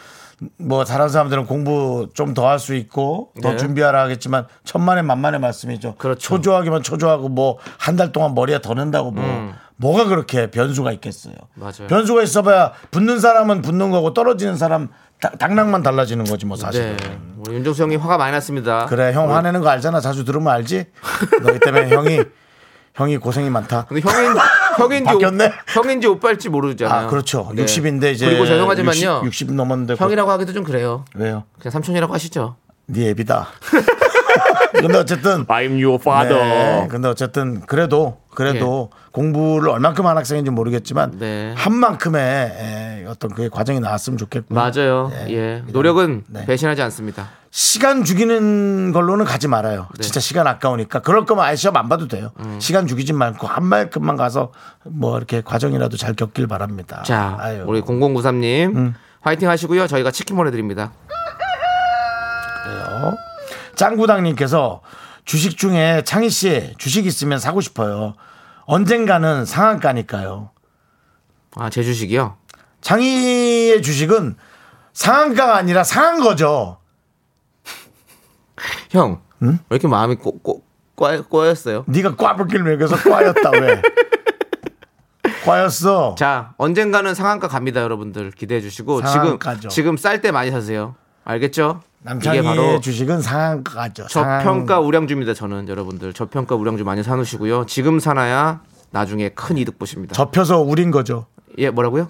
Speaker 1: 뭐 다른 사람들은 공부 좀 더 할 수 있고 더
Speaker 2: 네.
Speaker 1: 준비하라 하겠지만 천만의 만만의 말씀이죠.
Speaker 2: 그렇죠.
Speaker 1: 초조하기만 초조하고 뭐 한 달 동안 머리에 더 낸다고 뭐 뭐가 그렇게 변수가 있겠어요.
Speaker 2: 음. 맞아요.
Speaker 1: 변수가 있어봐야 붙는 사람은 붙는 거고 떨어지는 사람 다- 당락만 달라지는 거지 뭐 사실은.
Speaker 2: 네. 우리 윤종수 형님 화가 많이 났습니다.
Speaker 1: 그래 형 화내는 거 알잖아 자주 들으면 알지 너희 때문에 형이 형이 고생이 많다 아,
Speaker 2: 근데 형인, 형인지,
Speaker 1: 바뀌었네?
Speaker 2: 오, 형인지 오빠일지 모르잖아요.
Speaker 1: 아 그렇죠
Speaker 2: 네.
Speaker 1: 60인데 이제
Speaker 2: 그리고 죄송하지만요.
Speaker 1: 60, 60 넘었는데 곧-
Speaker 2: 형이라고 하기도 좀 그래요.
Speaker 1: 왜요
Speaker 2: 그냥 삼촌이라고 하시죠.
Speaker 1: 네 애비다 근데 어쨌든
Speaker 6: I'm your
Speaker 1: 네, 근데 어쨌든 그래도 그래도 공부를 얼만큼 한 학생인지 모르겠지만
Speaker 2: 예. 네.
Speaker 1: 한 만큼의 에, 어떤 그 과정이 나왔으면 좋겠고
Speaker 2: 맞아요.
Speaker 1: 네.
Speaker 2: 예. 노력은
Speaker 1: 네.
Speaker 2: 배신하지 않습니다.
Speaker 1: 시간 죽이는 걸로는 가지 말아요.
Speaker 2: 네.
Speaker 1: 진짜 시간 아까우니까 그럴 거면 아예 시험 안 봐도 돼요.
Speaker 2: 음.
Speaker 1: 시간 죽이지 말고 한 말끔만 가서 뭐 이렇게 과정이라도 잘 겪길 바랍니다.
Speaker 2: 자,
Speaker 1: 아유.
Speaker 2: 우리 0093님 화이팅 하시고요. 저희가 치킨 보내드립니다.
Speaker 1: 짱구당님께서 주식 중에 창희 씨 주식 있으면 사고 싶어요. 언젠가는 상한가니까요.
Speaker 2: 아, 제 주식이요?
Speaker 1: 창희의 주식은 상한가가 아니라 상한 거죠.
Speaker 2: 형, 왜 이렇게 음? 마음이 꼬, 꼬, 꽈, 꼬였어요.
Speaker 1: 네가 꽈불길 먹여서 꽈였다 왜? 꽈였어.
Speaker 2: 자, 언젠가는 상한가 갑니다, 여러분들. 기대해 주시고
Speaker 1: 상한가죠.
Speaker 2: 지금 지금 쌀 때 많이 사세요. 알겠죠?
Speaker 1: 남창희의
Speaker 2: 이게 바로
Speaker 1: 주식은 상한가죠.
Speaker 2: 저평가 우량주입니다, 저는 여러분들. 저평가 우량주 많이 사 놓으시고요. 지금 사놔야 나중에 큰 이득 보십니다.
Speaker 1: 접혀서 우린 거죠.
Speaker 2: 예, 뭐라고요?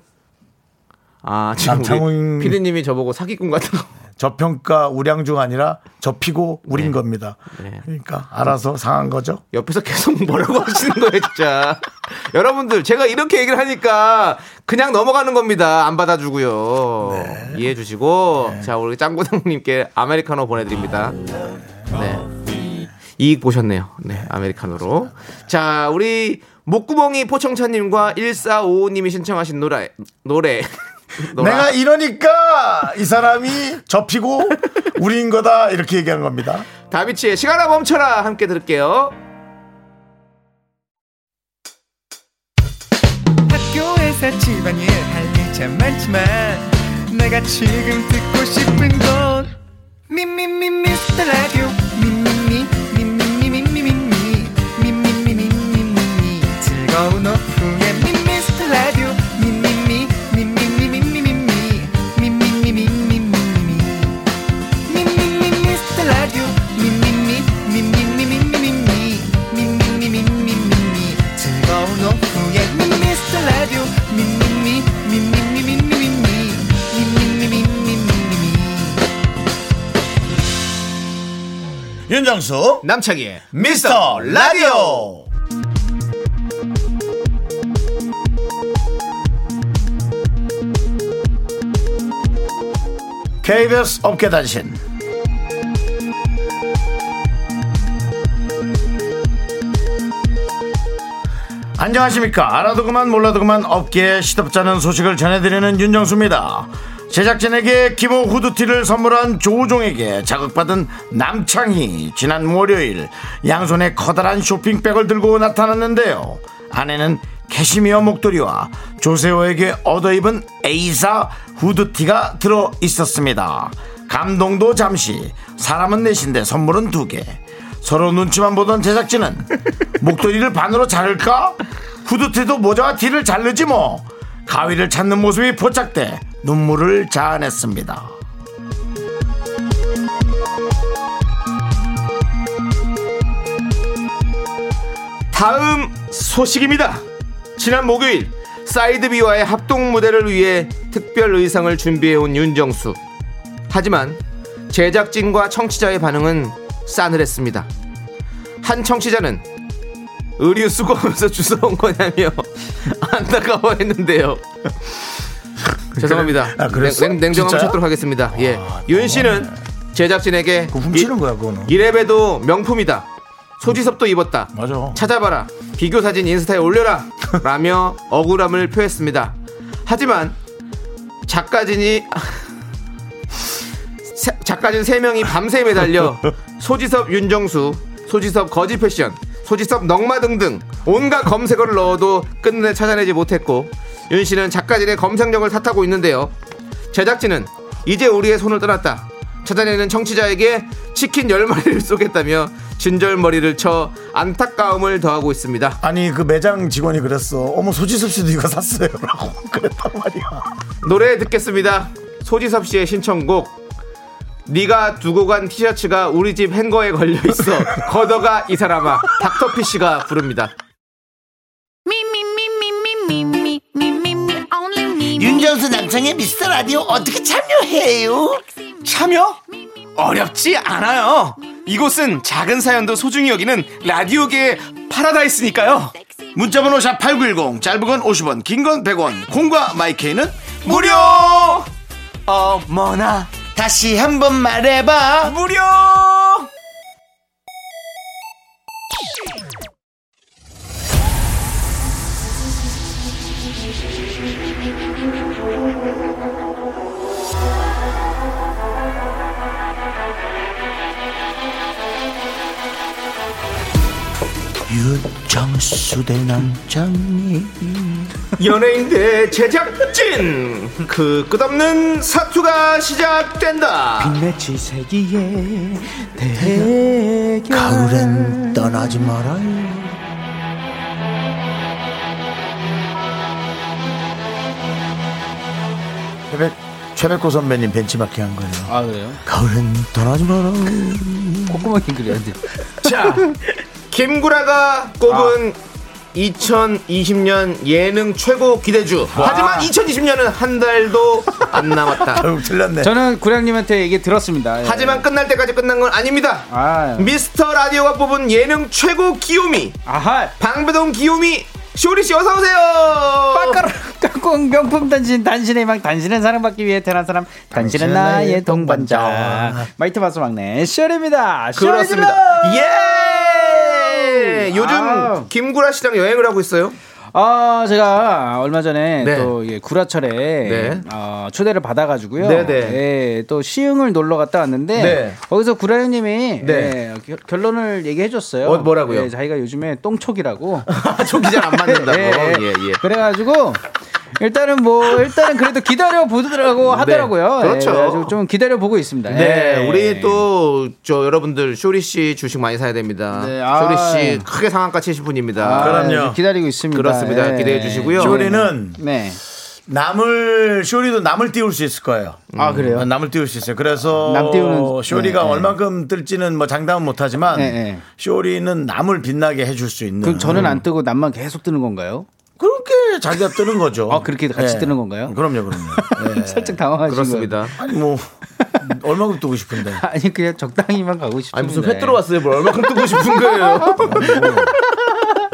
Speaker 2: 아, 지금
Speaker 1: 남창훈-
Speaker 2: 우리 피디님이 저보고 사기꾼 같은 거.
Speaker 1: 저평가 우량주가 아니라 접히고 우린
Speaker 2: 네.
Speaker 1: 겁니다.
Speaker 2: 네.
Speaker 1: 그러니까 알아서 상한 거죠.
Speaker 2: 옆에서 계속 뭐라고 하시는 거예요, 진짜. 여러분들, 제가 이렇게 얘기를 하니까 그냥 넘어가는 겁니다. 안 받아주고요.
Speaker 1: 네.
Speaker 2: 이해해 주시고, 자, 우리 짱구장님께 아메리카노 보내드립니다. 네. 이익 보셨네요. 네, 아메리카노로. 자, 우리 목구멍이 포청차님과 1455님이 신청하신 노래, 노래. 노라.
Speaker 1: 내가 이러니까 이 사람이 접히고 우린 거다 이렇게 얘기한 겁니다.
Speaker 2: 다비치의 시간아 멈춰라 함께 들을게요.
Speaker 7: 학교에서 집안일 할 일 참 많지만 내가 지금 듣고 싶은 건 미미미 미스터 라디오 미미미 미미미 미미미 미미미 미미미 즐거운 오후에 미스터 라디오 미미미 미미미 미미미 미미미 미미미
Speaker 1: 윤정수
Speaker 2: 남창희의
Speaker 1: 미스터 라디오 KBS 업계 단신 안녕하십니까. 알아도 그만 몰라도 그만 업계에 시덥잖은 소식을 전해드리는 윤정수입니다. 제작진에게 기모 후드티를 선물한 조우종에게 자극받은 남창희 지난 월요일 양손에 커다란 쇼핑백을 들고 나타났는데요. 아내는 캐시미어 목도리와 조세호에게 얻어입은 에이사 후드티가 들어 있었습니다. 감동도 잠시 사람은 넷인데 선물은 두개 서로 눈치만 보던 제작진은 목도리를 반으로 자를까? 후드티도 모자와 티를 자르지 뭐. 가위를 찾는 모습이 포착돼 눈물을 자아냈습니다.
Speaker 2: 다음 소식입니다. 지난 목요일 사이드비와의 합동 무대를 위해 특별 의상을 준비해온 윤정수. 하지만 제작진과 청취자의 반응은 싸늘했습니다. 한 청취자는 의류 수거하면서 주워온 거냐며 안타까워했는데요. 죄송합니다.
Speaker 1: 아, 그랬어?
Speaker 2: 냉, 냉정함
Speaker 1: 진짜야?
Speaker 2: 찾도록 하겠습니다. 예, 윤 씨는 제작진에게
Speaker 1: 그거 훔치는 거야, 그거는.
Speaker 2: 이래봬도 명품이다. 소지섭도 입었다.
Speaker 1: 맞아.
Speaker 2: 찾아봐라. 비교 사진 인스타에 올려라. 라며 억울함을 표했습니다. 하지만 작가진이 세- 작가진 세명이 밤새 매달려 소지섭 윤정수, 소지섭 거지 패션, 소지섭 넝마 등등 온갖 검색어를 넣어도 끝내 찾아내지 못했고 윤 씨는 작가진의 검색력을 탓하고 있는데요. 제작진은 이제 우리의 손을 떠났다. 찾아내는 청취자에게 치킨 10마리를 쏘겠다며 진절머리를 쳐 안타까움을 더하고 있습니다.
Speaker 1: 아니 그 매장 직원이 그랬어. 어머 소지섭 씨도 이거 샀어요라고 그랬단 말이야.
Speaker 2: 노래 듣겠습니다. 소지섭 씨의 신청곡. 네가 두고 간 티셔츠가 우리 집 행거에 걸려 있어. 걷어가 이 사람아. 닥터피 씨가 부릅니다.
Speaker 8: 윤정수 남성의 미스터 라디오 어떻게 참여해요?
Speaker 2: 참여? 어렵지 않아요. 이곳은 작은 사연도 소중히 여기는 라디오계의 파라다이스니까요.
Speaker 1: 문자번호 샵8910 짧은 건 50원 긴 건 100원 콩과 마이케이는
Speaker 2: 무료! 어머나.
Speaker 8: 다시 한번 말해봐.
Speaker 2: 무료!
Speaker 8: 윤정수 대 남창희
Speaker 2: 연예인 대 제작진 그 끝없는 사투가 시작된다
Speaker 8: 가을엔 떠나지 말아요
Speaker 1: 최백, 최백호 선배님 벤치마킹 한 거예요.
Speaker 9: 아 그래요?
Speaker 8: 가을엔 떠나지 말아요
Speaker 9: 콧구멍이 그려야 돼.
Speaker 2: 자 김구라가 꼽은 아. 2020년 예능 최고 기대주 하지만 2020년은 한 달도 안 남았다
Speaker 1: 결국 틀렸네.
Speaker 9: 저는 구량님한테 얘기 들었습니다. 예.
Speaker 2: 하지만 끝날 때까지 끝난 건 아닙니다 예.
Speaker 9: 아,
Speaker 2: 미스터 라디오가 뽑은 예능 최고 귀요미
Speaker 9: 아하
Speaker 2: 방배동 귀요미 쇼리씨 어서오세요
Speaker 9: 깎은 명품 단신 단신의 막 단신은 사랑받기 위해 태어난 사람 단신은 나의 동반자 마이트 바스 막내 쇼리입니다 쇼리
Speaker 2: 그렇습니다
Speaker 9: 질러!
Speaker 2: 예 요즘
Speaker 9: 아우.
Speaker 2: 김구라 씨랑 여행을 하고 있어요
Speaker 9: 아 제가 얼마 전에
Speaker 2: 네.
Speaker 9: 또 예, 구라철에
Speaker 2: 네.
Speaker 9: 어, 초대를 받아가지고요
Speaker 2: 네, 네.
Speaker 9: 예, 또 시흥을 놀러 갔다 왔는데
Speaker 2: 네.
Speaker 9: 거기서 구라 형님이
Speaker 2: 네.
Speaker 9: 예, 결- 결론을 얘기해 줬어요
Speaker 2: 어, 뭐라고요?
Speaker 9: 예, 자기가 요즘에 똥촉이라고
Speaker 2: 촉이 아, 잘 안 맞는다고
Speaker 9: 예, 예.
Speaker 2: 예, 예.
Speaker 9: 그래가지고 일단은 뭐 일단은 그래도 기다려 보더라고 하더라고요. 예,
Speaker 2: 네. 그렇죠.
Speaker 9: 그래가지고 좀 기다려 보고 있습니다.
Speaker 2: 네,
Speaker 9: 예.
Speaker 2: 우리 또 저 여러분들 쇼리 씨 주식 많이 사야 됩니다.
Speaker 9: 네, 아.
Speaker 2: 쇼리 씨 크게 상한가 70분입니다.
Speaker 9: 아,
Speaker 1: 그럼요.
Speaker 9: 기다리고 있습니다. 예.
Speaker 2: 그렇습니다. 기대해 주시고요.
Speaker 1: 쇼리는
Speaker 9: 네.
Speaker 1: 남을 쇼리도 남을 띄울 수 있을 거예요.
Speaker 9: 아 그래요.
Speaker 1: 어, 남을 띄울 수 있어요. 그래서
Speaker 9: 남 띄우는-
Speaker 1: 쇼리가
Speaker 9: 네, 네.
Speaker 1: 얼만큼 뜰지는 뭐 장담은 못하지만
Speaker 9: 네, 네.
Speaker 1: 쇼리는 남을 빛나게 해줄 수 있는.
Speaker 9: 그럼
Speaker 2: 음.
Speaker 9: 저는 안 뜨고 남만 계속 뜨는 건가요?
Speaker 1: 그렇게 자기가 뜨는 거죠. 네.
Speaker 9: 아, 그렇게 같이 뜨는 건가요?
Speaker 1: 그럼요, 그럼요. 예.
Speaker 9: 살짝 당황하신
Speaker 2: 네. 그렇습니다.
Speaker 1: 아니 뭐 얼마큼 뜨고 싶은데.
Speaker 9: 거예요. 아니 그냥 적당히만 가고 싶은데.
Speaker 2: 아니 무슨 회 들어왔어요? 뭘 얼마큼 뜨고 싶은 거예요?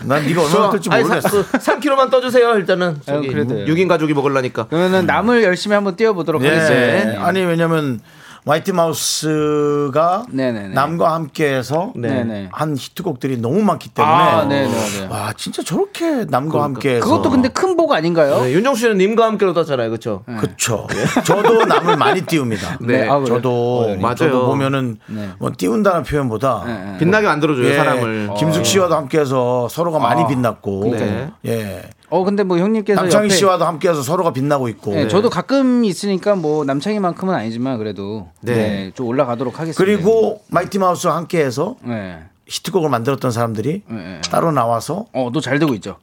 Speaker 1: 난 네가 얼마나 뜰지
Speaker 2: 아니,
Speaker 1: 모르겠어.
Speaker 2: 사- 3kg만 떠주세요. 일단은 저기
Speaker 9: 아유, 그래도요.
Speaker 2: 6인 가족이 먹으려니까.
Speaker 9: 그러면은 남을 열심히 한번 뛰어보도록
Speaker 1: 음. 예.
Speaker 9: 하겠습니다. 네.
Speaker 1: 아니 왜냐면 화이트 마우스가
Speaker 9: 네, 네, 네.
Speaker 1: 남과 함께해서
Speaker 9: 네, 네.
Speaker 1: 한 히트곡들이 너무 많기 때문에
Speaker 9: 아, 네, 네, 네.
Speaker 1: 와 진짜 저렇게 남과 함께해서
Speaker 9: 예. 그것도 근데 큰 복 아닌가요?
Speaker 2: 네, 윤정 씨는 님과 함께로 떴잖아요, 그렇죠?
Speaker 1: 그쵸.
Speaker 9: 네.
Speaker 1: 저도 남을 많이 띄웁니다.
Speaker 2: 네,
Speaker 9: 아, 그래요?
Speaker 1: 저도
Speaker 2: 맞아요.
Speaker 1: 저도 보면은 뭐 띄운다는 표현보다
Speaker 9: 네.
Speaker 2: 빛나게 만들어줘요
Speaker 1: 예,
Speaker 2: 사람을.
Speaker 1: 김숙 씨와도 함께해서 서로가 많이
Speaker 9: 아,
Speaker 1: 빛났고,
Speaker 2: 네.
Speaker 1: 예,
Speaker 9: 어 근데 뭐 형님께서
Speaker 1: 남창희
Speaker 9: 옆에-
Speaker 1: 씨와도 함께해서 서로가 빛나고 있고,
Speaker 9: 네, 저도 가끔 있으니까 뭐 남창이만큼은 아니지만 그래도 네. 좀 올라가도록 하겠습니다.
Speaker 1: 그리고 마이티 마우스와 함께해서
Speaker 9: 네.
Speaker 1: 히트곡을 만들었던 사람들이
Speaker 9: 네.
Speaker 1: 따로 나와서
Speaker 9: 어, 너 잘 되고 있죠.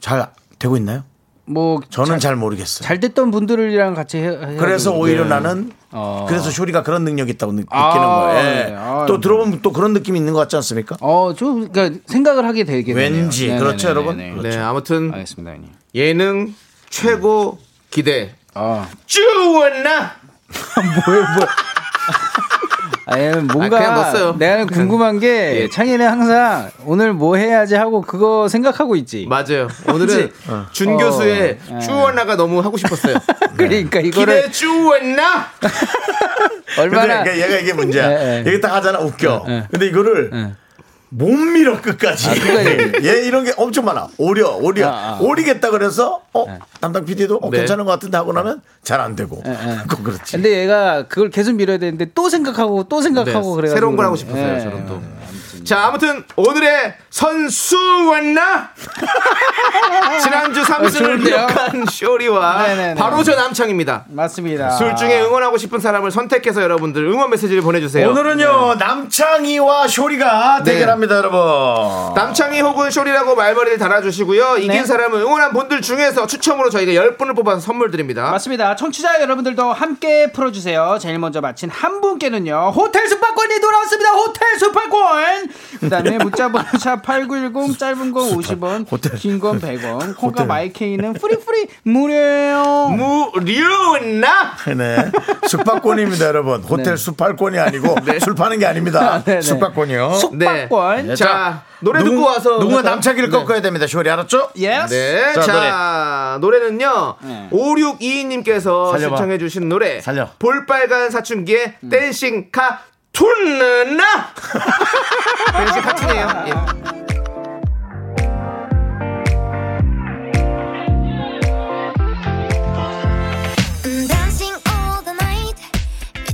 Speaker 1: 잘 되고 있나요?
Speaker 9: 뭐
Speaker 1: 저는
Speaker 9: 잘,
Speaker 1: 잘 모르겠어요.
Speaker 9: 잘 됐던 분들이랑 같이 해, 해
Speaker 1: 그래서 오히려 나는
Speaker 9: 어.
Speaker 1: 그래서 쇼리가 그런 능력이 있다고 느,
Speaker 9: 아,
Speaker 1: 느끼는 거예요.
Speaker 9: 네.
Speaker 1: 예.
Speaker 9: 아,
Speaker 1: 또
Speaker 9: 네.
Speaker 1: 들어보면 또 그런 느낌이 있는 것 같지 않습니까?
Speaker 9: 어, 좀 그러니까 생각을 하게 되게 되네요.
Speaker 1: 왠지.
Speaker 9: 네네네네네.
Speaker 1: 그렇죠, 여러분?
Speaker 9: 네.
Speaker 2: 네, 아무튼
Speaker 9: 알겠습니다, 형님.
Speaker 2: 예능 최고 기대.
Speaker 9: 아,
Speaker 2: 쭈원나
Speaker 9: 아니, 뭔가
Speaker 2: 그냥 넣었어요.
Speaker 9: 내가 궁금한 게
Speaker 2: 예.
Speaker 9: 창희는 항상 오늘 뭐 해야지 하고 그거 생각하고 있지.
Speaker 2: 맞아요. 오늘은 준
Speaker 9: 어.
Speaker 2: 교수의
Speaker 9: 예.
Speaker 2: 쭈원나가 너무 하고 싶었어요. 기대 그러니까
Speaker 9: 그러니까 이거를
Speaker 2: 쭈원나
Speaker 9: 얼마나
Speaker 1: 근데 그러니까 얘가 이게 문제야.
Speaker 9: 예, 예.
Speaker 1: 얘기 딱 하잖아 웃겨.
Speaker 9: 예, 예.
Speaker 1: 근데 이거를 못 밀어 끝까지.
Speaker 9: 그거야, 이게.
Speaker 1: 얘 이런 게 엄청 많아. 오려 오려
Speaker 9: 아, 아.
Speaker 1: 오리겠다 그래서 어 담당 PD도 어,
Speaker 2: 네.
Speaker 1: 괜찮은 것 같은데 하고 나면 잘 안 되고.
Speaker 9: 예.
Speaker 1: 그거 그렇지.
Speaker 9: 근데 얘가 그걸 계속 밀어야 되는데 또 생각하고 또
Speaker 2: 네,
Speaker 9: 생각하고 예, 네. 그래
Speaker 2: 새로운 걸 하고 싶었어요. 저는 또. 자 아무튼 오늘의 선수원나 지난주 3승을
Speaker 9: 좋은데요?
Speaker 2: 기록한 쇼리와
Speaker 9: 네, 아. 네, 네.
Speaker 2: 바로 저 남창입니다.
Speaker 9: 맞습니다.
Speaker 2: 둘 중에 응원하고 싶은 사람을 선택해서 여러분들 응원 메시지를
Speaker 9: 네.
Speaker 2: 보내주세요.
Speaker 1: 오늘은요 남창희와 쇼리가
Speaker 2: 네.
Speaker 1: 대결합니다, 여러분.
Speaker 2: 남창희 혹은 쇼리라고 말머리를 달아주시고요. 이긴 사람은 응원한 분들 중에서 추첨으로 저희가 10분을 뽑아서 선물 드립니다.
Speaker 9: 맞습니다. 청취자 여러분들도 함께 풀어주세요. 제일 먼저 마친 한 분께는요. 호텔 숙박권이 돌아왔습니다. 호텔 숙박권. 그 다음에 문자 번호 샵8910 짧은 건 50원
Speaker 1: 호텔.
Speaker 9: 긴 건 100원 콩과 마이케이는 프리프리
Speaker 2: 음.
Speaker 9: 무료예요.
Speaker 2: 무료나
Speaker 1: 네. 숙박권입니다, 여러분. 호텔 숙박권이 아니고 술 파는 게 아닙니다.
Speaker 9: 네, 네.
Speaker 1: 숙박권이요.
Speaker 9: 숙박권.
Speaker 2: 자, 노래 듣고 와서 네.
Speaker 1: 누군가
Speaker 2: 할까요?
Speaker 1: 남창희를 꺾어야 됩니다, 쇼리 알았죠?
Speaker 9: 예스.
Speaker 2: 네.
Speaker 1: 자,
Speaker 2: 자, 노래. 는요
Speaker 9: 네.
Speaker 2: 5622님께서
Speaker 1: 살려봐.
Speaker 2: 신청해 주신 노래.
Speaker 1: 살려.
Speaker 2: 볼빨간 사춘기의 댄싱 카 툰나. 댄싱 카툰이에요. 예.
Speaker 5: I'm dancing all the night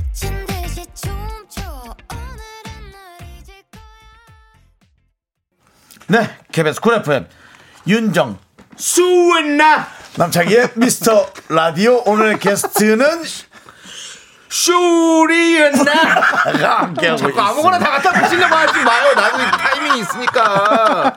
Speaker 5: 미친 듯이 춤춰 오늘은 날 잊을 거야
Speaker 1: 네, KBS 쿨 FM 윤정
Speaker 2: 수은나
Speaker 1: 남창희의 미스터 라디오 오늘의 게스트는
Speaker 2: 쇼리은나
Speaker 1: 함께하고
Speaker 2: 아, 자꾸
Speaker 1: 있습니다.
Speaker 2: 아무거나 다 갖다 붙이려고 하지 마요. 나도 타이밍이 있으니까.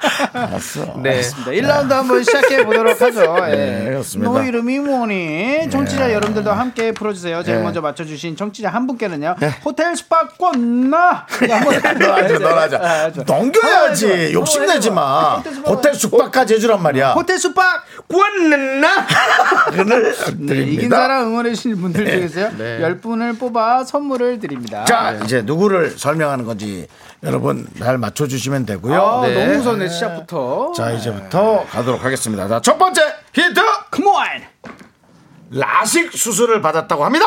Speaker 2: 네.
Speaker 9: 1라운드 한번 시작해 보도록 하죠. 예.
Speaker 1: 네, 그렇습니다.
Speaker 9: 너 이름이 뭐니? 정치자 여러분들도 함께 풀어주세요. 제일 먼저 맞춰주신 정치자 한 분께는요. 호텔 숙박권나
Speaker 1: 네, 너라자,
Speaker 9: 아,
Speaker 1: 너라자. 넘겨야지. 욕심내지 마. 호텔 숙박까지 해주란 말이야.
Speaker 9: 아, 호텔 숙박
Speaker 2: 나
Speaker 1: 호텔을
Speaker 9: 네, 이긴
Speaker 1: 드립니다.
Speaker 9: 사람 응원해 주신 분들 중에서요. 열 10분을 뽑아 선물을 드립니다.
Speaker 1: 자, 이제 누구를 설명하는 건지 여러분 잘 맞춰주시면
Speaker 9: 아,
Speaker 1: 되고요.
Speaker 9: 너무 무서웠네 시작부터.
Speaker 1: 자, 이제부터 가도록 하겠습니다. 자, 첫 번째 힌트!
Speaker 9: Come on.
Speaker 1: 라식 수술을 받았다고 합니다!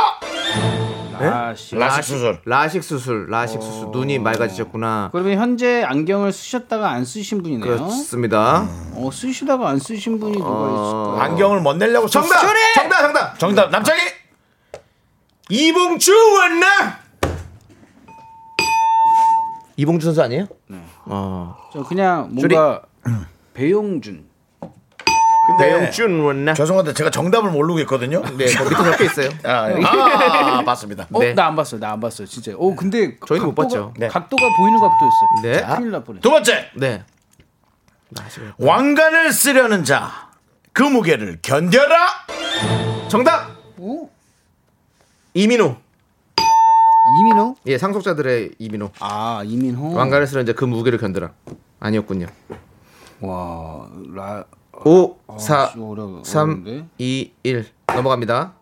Speaker 9: 아씨.
Speaker 1: 라식 수술.
Speaker 2: 라식 수술, 라식 수술. 눈이 맑아지셨구나.
Speaker 9: 그러면 현재 안경을 쓰셨다가 안 쓰신 분이네요.
Speaker 2: 그렇습니다.
Speaker 9: 어, 쓰시다가 안 쓰신 분이 누가
Speaker 2: 어.
Speaker 9: 있을까?
Speaker 1: 안경을 못 내려고 네.
Speaker 2: 정답!
Speaker 1: 수술-
Speaker 2: 정답! 정답!
Speaker 1: 정답! 남창희!
Speaker 2: 이봉주 왔나? 이봉주 선수 아니에요?
Speaker 9: 저 그냥 뭔가 배용준.
Speaker 2: 네. 배용준
Speaker 1: 네.
Speaker 2: 왔나?
Speaker 1: 죄송한데 제가 정답을 모르고 있거든요.
Speaker 2: 네, 뭐 밑에 적혀 있어요.
Speaker 1: 아, 예. 아, 맞습니다.
Speaker 9: 어,
Speaker 2: 네.
Speaker 9: 나 안 봤어. 나 안 봤어. 진짜. 어, 근데 그
Speaker 2: 저희도 못
Speaker 9: 각도가-
Speaker 2: 봤죠. 네.
Speaker 9: 각도가 보이는 각도였어요.
Speaker 2: 네.
Speaker 9: 큰일 날 뻔했어.
Speaker 1: 두 번째!
Speaker 2: 네.
Speaker 1: 왕관을 쓰려는 자, 그 무게를 견뎌라!
Speaker 2: 정답!
Speaker 9: 오?
Speaker 2: 이민호.
Speaker 9: 이민호?
Speaker 2: 예, 상속자들의 이민호.
Speaker 9: 아, 이민호.
Speaker 2: 왕가를 쓰는 이제 그 무게를 견뎌라. 아니었군요.
Speaker 9: 와, 라
Speaker 2: 5, 4,
Speaker 9: 진짜 어려워-
Speaker 2: 3,
Speaker 9: 어려운데?
Speaker 2: 2, 1. 넘어갑니다.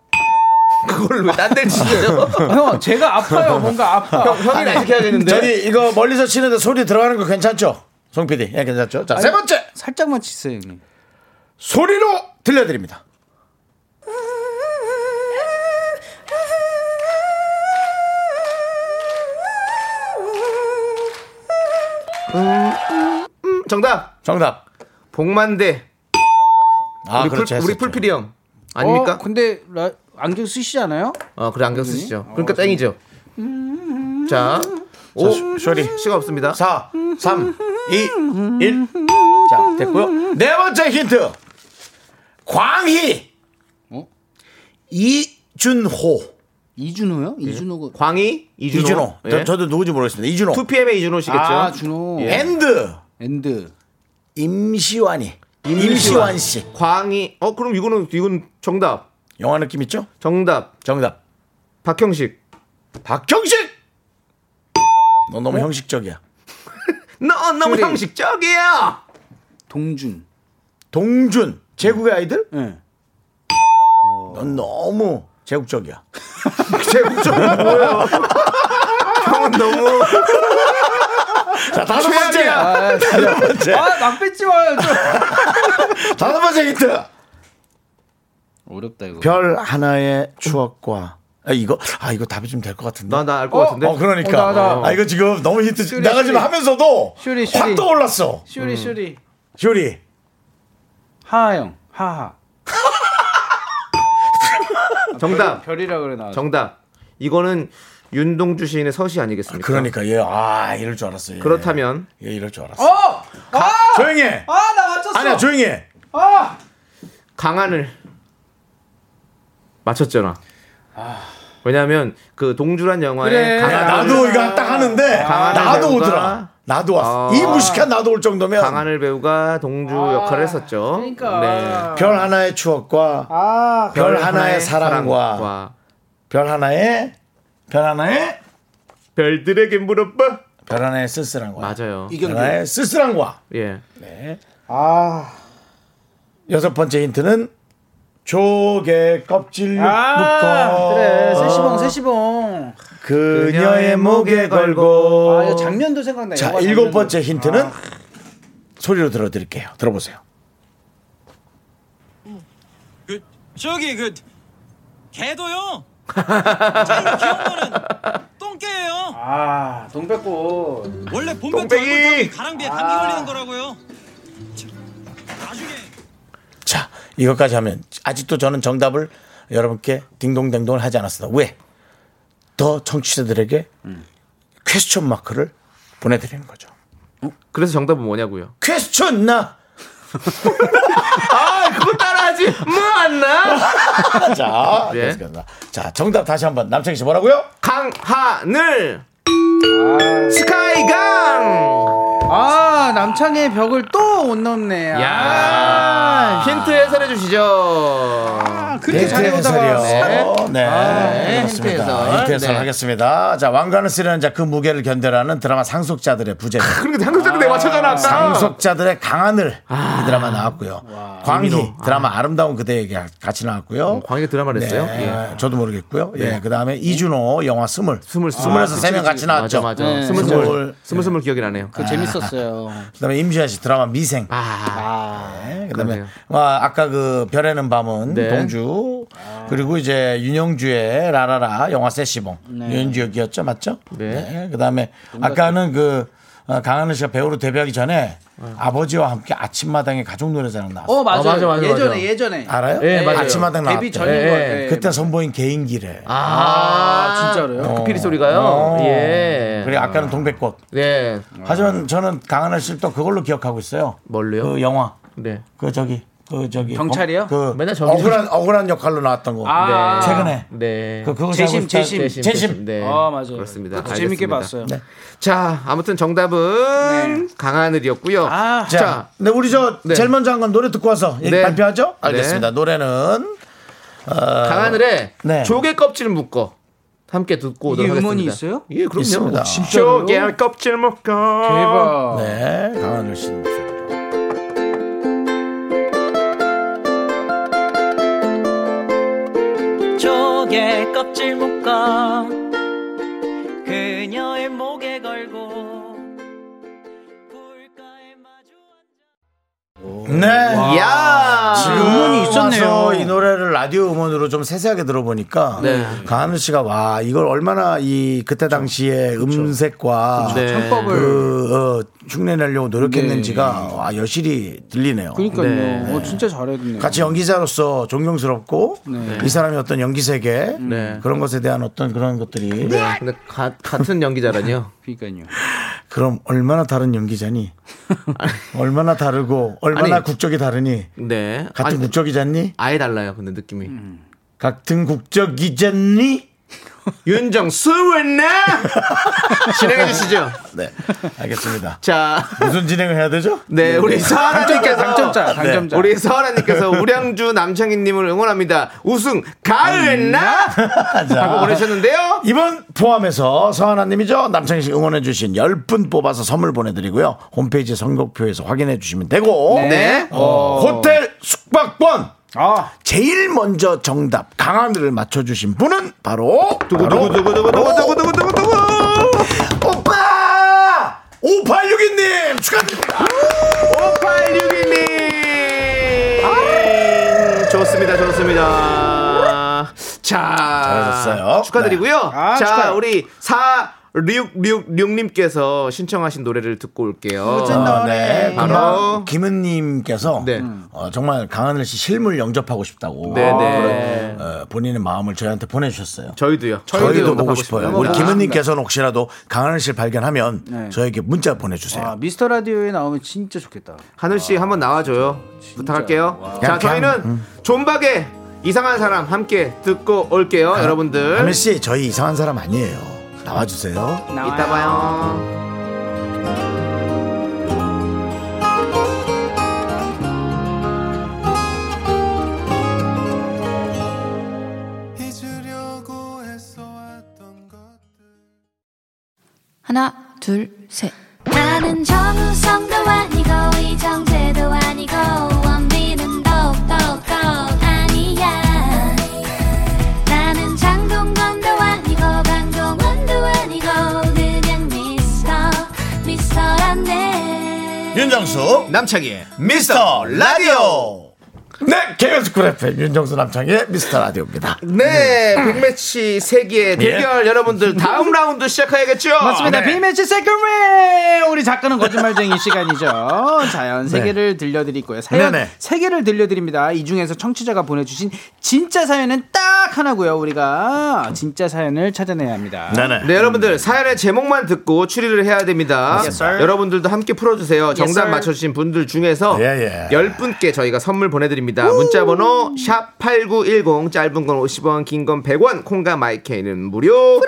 Speaker 2: 그걸 왜 딴데 치세요?
Speaker 9: 형, 제가 아파요. 뭔가 아파.
Speaker 2: 형이 나시켜야겠는데
Speaker 1: 저기 이거 멀리서 치는데 소리 들어가는 거 괜찮죠? 송 PD. 예, 괜찮죠? 자, 세 번째!
Speaker 9: 살짝만 치세요, 형님.
Speaker 1: 소리로 들려드립니다.
Speaker 2: 정답.
Speaker 1: 정답.
Speaker 2: 복만대.
Speaker 1: 아,
Speaker 2: 우리, 풀,
Speaker 1: 그렇죠.
Speaker 2: 우리
Speaker 1: 했었죠.
Speaker 2: 풀필이 형. 아닙니까?
Speaker 9: 어, 근데 라- 안경 쓰시잖아요?
Speaker 2: 어, 그래 안경 쓰시죠. 그러니까 땡이죠. 자, 오,
Speaker 1: 쇼리.
Speaker 2: 시가 없습니다.
Speaker 1: 4, 3, 2, 1. 자, 됐고요. 네 번째 힌트. 광희.
Speaker 9: 어?
Speaker 1: 이준호.
Speaker 9: 이준호요? 이준호가
Speaker 2: 광희, 이준호,
Speaker 1: 이준호.
Speaker 2: 예.
Speaker 1: 저, 도 누구지 모르겠습니다. 이준호.
Speaker 2: 2PM의 이준호시겠죠.
Speaker 9: 아, 준호.
Speaker 1: 앤드
Speaker 9: 엔드.
Speaker 1: 임시완이. 임시완, 씨.
Speaker 2: 광희. 어, 그럼 이거는 이건 정답.
Speaker 1: 영화 느낌 있죠?
Speaker 2: 정답.
Speaker 1: 정답.
Speaker 2: 박형식.
Speaker 1: 박형식. 너 너무 형식적이야.
Speaker 2: 너 너무
Speaker 9: 쇼리.
Speaker 2: 형식적이야.
Speaker 9: 동준.
Speaker 1: 동준. 제국의 아이들?
Speaker 9: 예.
Speaker 1: 넌 너무 제국적이야. 제국적이 뭐야?
Speaker 2: 형은 너무
Speaker 1: 자, 다섯 번째.
Speaker 2: 최악이야.
Speaker 9: 아, 진짜. 아, 나 뺏지 마요. 좀.
Speaker 1: 다섯 번째 힌트.
Speaker 9: 어렵다 이거.
Speaker 1: 별 하나의 추억과 아 이거 아 이거 답이 좀 될 것 같은데.
Speaker 2: 나 나 알 것 같은데.
Speaker 1: 어 그러니까
Speaker 9: 어, 나, 나.
Speaker 1: 아 이거 지금 너무 힌트
Speaker 9: 슈리,
Speaker 1: 나가지만
Speaker 9: 슈리.
Speaker 1: 하면서도
Speaker 9: 슈리,
Speaker 1: 확
Speaker 9: 슈리.
Speaker 1: 떠올랐어.
Speaker 9: 슈리 슈리.
Speaker 1: 쇼리
Speaker 9: 하하영. 하하.
Speaker 2: 정답.
Speaker 9: 별이라 그래 나.
Speaker 2: 정답. 이거는 윤동주 시인의 서시 아니겠습니까?
Speaker 1: 그러니까 얘 아 이럴 줄 알았어. 얘.
Speaker 2: 그렇다면
Speaker 1: 얘 이럴 줄 알았어.
Speaker 9: 어! 아!
Speaker 1: 조용히 해.
Speaker 9: 아, 나 맞췄어.
Speaker 1: 아니야 조용히 해.
Speaker 9: 아!
Speaker 2: 강한을 맞췄잖아. 왜냐하면 그 동주란 영화에
Speaker 9: 그래.
Speaker 1: 야,
Speaker 2: 강한을,
Speaker 1: 나도 이거 딱 하는데
Speaker 2: 아, 강한
Speaker 1: 나도
Speaker 2: 배우가-
Speaker 1: 오더라. 나도 왔어.
Speaker 2: 아.
Speaker 1: 이 무식한 나도 올 정도면
Speaker 2: 강한을 배우가 동주 역할을 했었죠. 네.
Speaker 9: 그러니까.
Speaker 1: 별 하나의 추억과
Speaker 9: 아,
Speaker 1: 별, 하나의, 사랑과, 별 하나의 별 하나의
Speaker 2: 별들에게 물어봐.
Speaker 1: 별 하나의 쓸쓸함과
Speaker 2: 맞아요.
Speaker 1: 별 하나의 쓸쓸함과
Speaker 2: 예.
Speaker 9: 아.
Speaker 1: 여섯 번째 힌트는 조개 껍질 묶어
Speaker 9: 그래. 세시봉 세시봉.
Speaker 1: 그녀의 목에 걸고
Speaker 9: 아, 이거 장면도 생각나.
Speaker 1: 자
Speaker 9: 영화
Speaker 1: 일곱
Speaker 9: 장면도.
Speaker 1: 번째 힌트는 소리로 들어드릴게요 들어보세요
Speaker 6: 그 저기 그 개도요. 제일 귀여운 거는 똥개예요.
Speaker 9: 아, 동백꽃.
Speaker 6: 원래 봄부터 얼굴 가랑비에 감기 걸리는 거라고요. 참, 나중에
Speaker 1: 자 이것까지 하면 아직도 저는 정답을 여러분께 딩동댕동을 하지 않았습니다 왜 더 청취자들에게 퀘스천 마크를 보내드리는 거죠
Speaker 2: 그래서 정답은 뭐냐고요.
Speaker 1: 퀘스천 나.
Speaker 2: 아, 그거 따라하지. 뭐 안 나?
Speaker 1: 자,
Speaker 2: 네.
Speaker 1: 그렇습니다. 자, 정답 다시 한번 남창희 씨 뭐라고요?
Speaker 2: 강하늘 스카이강.
Speaker 9: 아 남창의 벽을 또 못 넘네. 아,
Speaker 2: 야. 힌트 해설해 주시죠.
Speaker 9: 아, 그렇게 잘해오다가
Speaker 1: 해설이요. 네,
Speaker 2: 네,
Speaker 1: 그렇습니다.
Speaker 2: 힌트 해설.
Speaker 1: 힌트 해설
Speaker 2: 네.
Speaker 1: 하겠습니다. 자, 왕관을 쓰려는 자 그 무게를 견뎌라는 드라마 상속자들의 부재.
Speaker 2: 그러니까 한국 사람 내가 맞췄잖아. 아까.
Speaker 1: 상속자들의 강한을
Speaker 2: 아.
Speaker 1: 이 드라마 나왔고요. 광희 드라마 아름다운 그대에게 같이 나왔고요.
Speaker 2: 음, 광희가 드라마를 했어요? 예.
Speaker 1: 네, 저도 모르겠고요. 예, 그다음에 이준호 영화 스물,
Speaker 2: 스물, 아,
Speaker 1: 스물에서 세 명 같이 나왔죠.
Speaker 2: 맞아,
Speaker 9: 네.
Speaker 2: 맞아. 스물
Speaker 1: 스물.
Speaker 2: 스물 스물 스물 기억이 나네요.
Speaker 9: 그 재밌었어요.
Speaker 1: 그다음에 임지아 씨 드라마 미생.
Speaker 2: 아,
Speaker 1: 네, 그다음에
Speaker 2: 그러네요.
Speaker 1: 와, 아까 그 별에는 밤은
Speaker 2: 네.
Speaker 1: 동주 그리고 이제 윤영주의 라라라 영화 세시봉
Speaker 9: 네.
Speaker 1: 윤영주 역이었죠 맞죠?
Speaker 2: 네.
Speaker 1: 그다음에 아까는 그 어, 강하늘 씨가 배우로 데뷔하기 전에 아버지와 함께 아침마당에 가족 노래자랑 나왔어.
Speaker 9: 어 맞아요.
Speaker 2: 아, 맞아, 맞아,
Speaker 9: 예전에
Speaker 2: 맞아.
Speaker 9: 예전에
Speaker 1: 알아요?
Speaker 2: 예, 맞아요.
Speaker 1: 아침마당 나왔대.
Speaker 9: 데뷔 전인
Speaker 2: 예,
Speaker 9: 것
Speaker 2: 예.
Speaker 9: 같아요.
Speaker 1: 그때 선보인 개인기래.
Speaker 2: 아,
Speaker 9: 진짜로요?
Speaker 2: 그 피리 소리가요.
Speaker 1: 어.
Speaker 2: 예.
Speaker 1: 그래 아까는 동백꽃.
Speaker 2: 네.
Speaker 1: 하지만 저는 강하늘 씨를 또 그걸로 기억하고 있어요.
Speaker 2: 뭘로요?
Speaker 1: 그 영화.
Speaker 2: 네.
Speaker 1: 그 저기 그 저기
Speaker 9: 경찰이요?
Speaker 1: 그
Speaker 2: 맨날 저기-
Speaker 1: 억울한 억울한 역할로 나왔던 거.
Speaker 9: 아.
Speaker 1: 네. 최근에.
Speaker 2: 네.
Speaker 1: 그 그거
Speaker 9: 재심,
Speaker 1: 잘-
Speaker 9: 재심.
Speaker 1: 재심.
Speaker 2: 네.
Speaker 9: 아 맞아요.
Speaker 2: 그렇습니다.
Speaker 9: 그것도
Speaker 2: 알겠습니다.
Speaker 9: 재밌게 봤어요.
Speaker 1: 어. 네.
Speaker 2: 자, 아무튼 정답은 강하늘이었고요.
Speaker 9: 아
Speaker 1: 자,
Speaker 2: 자.
Speaker 1: 네 우리 저
Speaker 2: 네.
Speaker 1: 제일 먼저 한 건 노래 듣고 와서 얘기
Speaker 2: 네.
Speaker 1: 발표하죠.
Speaker 2: 네.
Speaker 1: 알겠습니다. 노래는
Speaker 2: 아. 강하늘의
Speaker 1: 네.
Speaker 2: 조개 껍질 묶어 함께 듣고
Speaker 9: 이게
Speaker 2: 오도록 하겠습니다.
Speaker 9: 음원이 있어요?
Speaker 2: 예, 그럼요.
Speaker 1: 있습니다.
Speaker 2: 조개 껍질 묶어.
Speaker 9: 대박.
Speaker 1: 아. 네 강하늘 씨. 목소리로.
Speaker 7: 조개 껍질 묶어 그녀의 목에 걸고
Speaker 1: 네.
Speaker 2: 야.
Speaker 1: 지금
Speaker 9: 음원이 있었네요.
Speaker 1: 와서 이 노래를 라디오 음원으로 좀 세세하게 들어보니까
Speaker 2: 네.
Speaker 1: 강하늘 씨가 와 이걸 얼마나 이 그때 당시에 음색과
Speaker 2: 네.
Speaker 9: 창법을
Speaker 1: 그 어, 흉내 내려고 노력했는지가 와 여실히 들리네요.
Speaker 9: 그러니까요.
Speaker 2: 네.
Speaker 9: 어, 진짜 잘했네요.
Speaker 1: 같이 연기자로서 존경스럽고 이 사람의 어떤 연기 세계
Speaker 2: 네.
Speaker 1: 그런 것에 대한 어떤 그런 것들이
Speaker 2: 근데 가- 같은 연기자라니요.
Speaker 9: 그러니까요.
Speaker 1: 그럼 얼마나 다른 연기자니? 얼마나 다르고 얼마나
Speaker 2: 아니.
Speaker 1: 국적이 다르니?
Speaker 2: 네.
Speaker 1: 같은
Speaker 2: 아니,
Speaker 1: 국적이잖니?
Speaker 2: 아예 달라요. 근데 느낌이.
Speaker 9: 음.
Speaker 1: 같은 국적이잖니?
Speaker 2: 윤정수였나? 진행해 주시죠.
Speaker 1: 네, 알겠습니다.
Speaker 2: 자,
Speaker 1: 무슨 진행을 해야 되죠?
Speaker 2: 네, 우리 서하나님께서
Speaker 9: 당첨자, 당첨자.
Speaker 2: 우리 서하나님께서 우량주 남창희님을 응원합니다. 우승 가을했나?
Speaker 9: 음.
Speaker 2: 하고 보내셨는데요.
Speaker 1: 이번 포함해서 서하나님이죠. 남창희 씨 응원해주신 10분 뽑아서 선물 보내드리고요. 홈페이지 선곡표에서 확인해주시면 되고.
Speaker 2: 네.
Speaker 1: 어, 호텔 숙박권!
Speaker 9: 아,
Speaker 1: 제일 먼저 정답, 강하늘을 맞춰주신 분은 바로.
Speaker 2: 두구두구두구두구두구두구두구두구.
Speaker 1: 오빠! 5861님! 축하드립니다!
Speaker 2: 5861님. 음, 좋습니다, 좋습니다. 자,
Speaker 1: 잘하셨어요. 네.
Speaker 2: 축하드리고요.
Speaker 9: 아,
Speaker 2: 자,
Speaker 9: 축하해요.
Speaker 2: 우리 4666님께서 신청하신 노래를 듣고 올게요.
Speaker 9: 아,
Speaker 1: 어, 네.
Speaker 2: 바로.
Speaker 1: 바로 김은님께서
Speaker 2: 네.
Speaker 1: 어, 정말 강하늘 씨 실물 영접하고 싶다고
Speaker 2: 네,
Speaker 1: 어,
Speaker 2: 네.
Speaker 1: 그런, 어, 본인의 마음을 저희한테 보내주셨어요.
Speaker 2: 저희도요.
Speaker 1: 저희도
Speaker 2: 응답하고
Speaker 1: 보고 싶어요.
Speaker 2: 싶어요.
Speaker 1: 우리
Speaker 2: 네.
Speaker 1: 김은님께서는 혹시라도 강하늘 씨를 발견하면
Speaker 9: 네.
Speaker 1: 저에게 문자 보내주세요.
Speaker 9: 아, 미스터 라디오에 나오면 진짜 좋겠다.
Speaker 2: 하늘 씨 한번 나와줘요. 부탁할게요. 자,
Speaker 1: 아, 그냥, 음.
Speaker 2: 저희는 존박의 이상한 사람 함께 듣고 올게요, 여러분들.
Speaker 1: 하늘 아, 씨, 저희 이상한 사람 아니에요. 나와주세요.
Speaker 2: 이따 봐요.
Speaker 10: 하나, 둘, 셋.
Speaker 5: 나는 정우성도 아니고 이정재도 아니고 원빈은 더욱더 아니야 나는 장동건도 아니고 강동원도 아니고 그냥 미스터 미스터란데
Speaker 1: 윤정수,
Speaker 2: 남창희.
Speaker 1: 미스터 라디오! 네, KBS 쿨 FM 윤정수 남창의 미스터 라디오입니다.
Speaker 2: 네, 빅매치 세기의
Speaker 1: 예.
Speaker 2: 대결 여러분들 다음 라운드 시작해야겠죠?
Speaker 9: 맞습니다.
Speaker 1: 네.
Speaker 9: 비매치 세컨웨이 우리 작가는 거짓말쟁이 시간이죠. 자연 세
Speaker 1: 네.
Speaker 9: 개를 들려드리고요. 사연
Speaker 1: 네네.
Speaker 9: 세 개를 들려드립니다. 이 중에서 청취자가 보내주신 진짜 사연은 딱 하나고요. 우리가 진짜 사연을 찾아내야 합니다.
Speaker 1: 네네.
Speaker 2: 네, 여러분들 사연의 제목만 듣고 추리를 해야 됩니다.
Speaker 9: Yes, sir.
Speaker 2: 여러분들도 함께 풀어주세요. 정답
Speaker 9: sir.
Speaker 2: 맞춰주신 분들 중에서
Speaker 1: 예, 예.
Speaker 2: 10분께 저희가 선물 보내드립니다. 문자번호 샵8910 짧은 건 50원 긴 건 100원 콩과 마이케이는 무료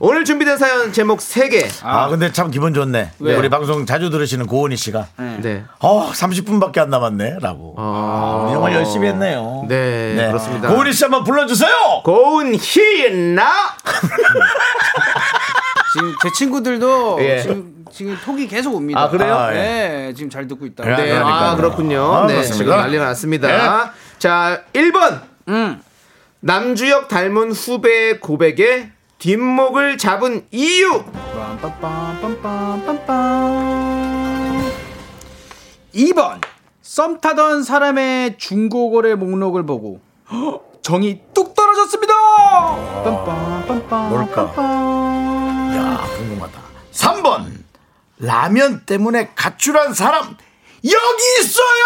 Speaker 2: 오늘 준비된 사연 제목 3개
Speaker 1: 아, 근데 참 기분 좋네.
Speaker 2: 왜요?
Speaker 1: 우리 방송 자주 들으시는 고은희 씨가
Speaker 2: 네. 어.
Speaker 1: 어 30분밖에 안 남았네라고. 정말 아, 열심히 했네요.
Speaker 2: 네, 그렇습니다.
Speaker 1: 고은희 씨 한번 불러주세요.
Speaker 2: 고은희나
Speaker 9: 지금 제 친구들도
Speaker 2: 예.
Speaker 9: 지금, 지금 톡이 계속 옵니다.
Speaker 2: 아, 그래요?
Speaker 1: 아, 예.
Speaker 9: 네, 지금 잘 듣고 있다.
Speaker 1: 예,
Speaker 2: 네,
Speaker 1: 그러니까요.
Speaker 2: 아 그렇군요.
Speaker 1: 아, 네.
Speaker 2: 네,
Speaker 1: 그렇습니다.
Speaker 2: 지금 난리가 났습니다. 자, 1번.
Speaker 9: 음.
Speaker 2: 남주혁 닮은 후배의 고백에 뒷목을 잡은 이유.
Speaker 9: 빰빰빰빰빰빰. 2번 썸 타던 사람의 중고거래 목록을 보고 헉, 정이 뚝 떨어졌습니다. 빰빰빰빰.
Speaker 1: 뭘까? 야 궁금하다. 3번 라면 때문에 가출한 사람 여기 있어요.